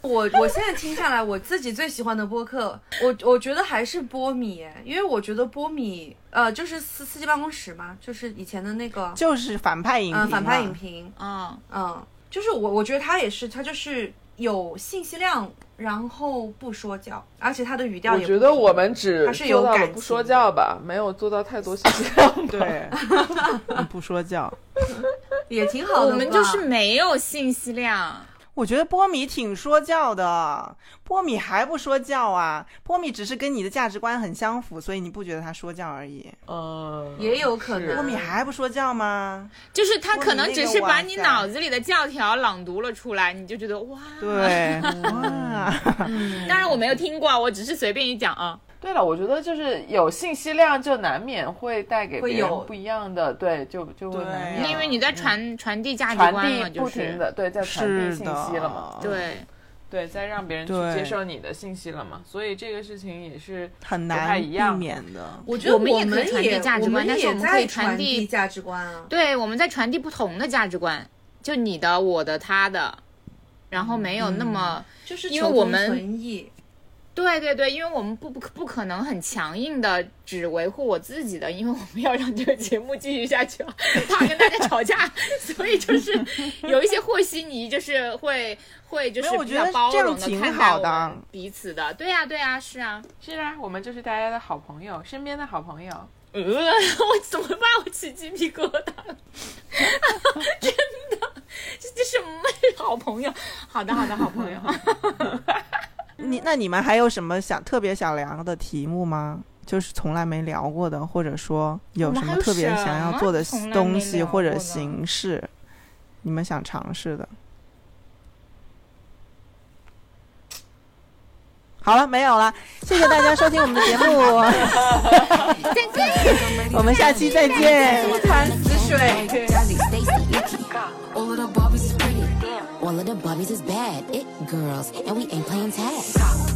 [SPEAKER 1] 我我现在听下来，我自己最喜欢的播客，我我觉得还是波米，因为我觉得波米，呃，就是司司机办公室嘛，就是以前的那个，
[SPEAKER 2] 就是反派影
[SPEAKER 1] 嗯、
[SPEAKER 2] 评、
[SPEAKER 1] 反派影，评，
[SPEAKER 3] 啊、
[SPEAKER 1] 嗯，就是我，我觉得他也是，他就是有信息量，然后不说教，而且他的语调
[SPEAKER 5] 我
[SPEAKER 1] 也
[SPEAKER 5] 觉
[SPEAKER 1] 不
[SPEAKER 5] 得
[SPEAKER 1] 平
[SPEAKER 5] 我们只
[SPEAKER 1] 还是有
[SPEAKER 5] 做到
[SPEAKER 1] 感
[SPEAKER 5] 了
[SPEAKER 1] 情
[SPEAKER 5] 不说教吧，没有做到太多信息量。
[SPEAKER 1] [laughs]
[SPEAKER 2] 对，不说教。
[SPEAKER 1] 也挺好的吧。
[SPEAKER 3] 啊我们就是没有信息量。
[SPEAKER 2] 我觉得波米挺说教的，波米还不说教啊？波米只是跟你的价值观很相符，所以你不觉得他说教而已。
[SPEAKER 5] 嗯，
[SPEAKER 1] 也有可
[SPEAKER 5] 是
[SPEAKER 1] 能
[SPEAKER 2] 波米还不说教吗？
[SPEAKER 3] 就是他可能只是把
[SPEAKER 2] 哇你
[SPEAKER 3] 你
[SPEAKER 2] 那个哇塞
[SPEAKER 3] 脑子里的教条朗读了出来，你就觉得哇。
[SPEAKER 2] 对，哇，
[SPEAKER 5] [laughs]
[SPEAKER 3] 当然我没有听过，我只是随便一讲啊。
[SPEAKER 5] 对了，我觉得就是有信息量，就难免会带给
[SPEAKER 1] 会
[SPEAKER 5] 别人
[SPEAKER 1] 有
[SPEAKER 5] 不一样的，对，就就会
[SPEAKER 2] 对
[SPEAKER 5] 难
[SPEAKER 2] 啊
[SPEAKER 5] 免
[SPEAKER 3] 因为你在传传递价值
[SPEAKER 5] 传
[SPEAKER 3] 观嘛，
[SPEAKER 5] 递
[SPEAKER 3] 就
[SPEAKER 5] 不停
[SPEAKER 3] 是
[SPEAKER 5] 的对，在传递
[SPEAKER 2] 是
[SPEAKER 5] 信息
[SPEAKER 2] 的，
[SPEAKER 5] 了嘛，
[SPEAKER 3] 对，
[SPEAKER 5] 对，在让别人去
[SPEAKER 2] 对
[SPEAKER 5] 接受你的信息了嘛，所以这个事情也是
[SPEAKER 2] 很
[SPEAKER 5] 不太
[SPEAKER 2] 难
[SPEAKER 5] 一
[SPEAKER 2] 避
[SPEAKER 5] 样
[SPEAKER 2] 免的。
[SPEAKER 1] 我觉得
[SPEAKER 3] 我们也
[SPEAKER 1] 也
[SPEAKER 3] 可以传递价值观
[SPEAKER 1] 我们
[SPEAKER 3] 但是
[SPEAKER 1] 也
[SPEAKER 3] 我们
[SPEAKER 1] 在
[SPEAKER 3] 可以传
[SPEAKER 1] 传
[SPEAKER 3] 递
[SPEAKER 1] 价值观啊。
[SPEAKER 3] 对，我们在传递不同的价值观，就你的、我的、他的，然后没有那么。
[SPEAKER 5] 嗯
[SPEAKER 1] 就是
[SPEAKER 3] 因
[SPEAKER 1] 求
[SPEAKER 3] 为我
[SPEAKER 1] 同
[SPEAKER 3] 们
[SPEAKER 1] 存异，
[SPEAKER 3] 对对对，因为我们不不不可能很强硬的只维护我自己的，因为我们要让这个节目继续下去啊，怕跟大家吵架， [laughs] 所以就是有一些和稀泥，就是会会就
[SPEAKER 2] 没
[SPEAKER 3] 是
[SPEAKER 2] 有我
[SPEAKER 3] 比
[SPEAKER 2] 觉
[SPEAKER 3] 较
[SPEAKER 2] 得
[SPEAKER 3] 包
[SPEAKER 2] 这样
[SPEAKER 3] 容的
[SPEAKER 2] 挺
[SPEAKER 3] 看待
[SPEAKER 2] 好
[SPEAKER 3] 我
[SPEAKER 2] 的
[SPEAKER 3] 们
[SPEAKER 2] 啊
[SPEAKER 3] 彼此的，对呀、对呀、是啊，
[SPEAKER 5] 是啊，我们就是大家的好朋友，身边的好朋友。
[SPEAKER 3] 呃， [laughs] 我 [laughs] 怎么办？我起鸡皮疙瘩了， [laughs] 真的， [laughs] 这这什么 [laughs] 好朋友？好的好的好朋友，
[SPEAKER 2] 你那你们还有什么想特别想聊的题目吗？就是从来没聊过的，或者说有什么特别想要做的
[SPEAKER 3] 我们还有什么
[SPEAKER 2] 东西或
[SPEAKER 3] 从来没聊过
[SPEAKER 2] 者
[SPEAKER 3] 的
[SPEAKER 2] 形式，你们想尝试的？好了，没有了，谢谢大家收听我们的节目，我们下期再见。
[SPEAKER 4] All of the Barbies is pretty. All of the Barbies is bad. It girls, and we ain't playing tag.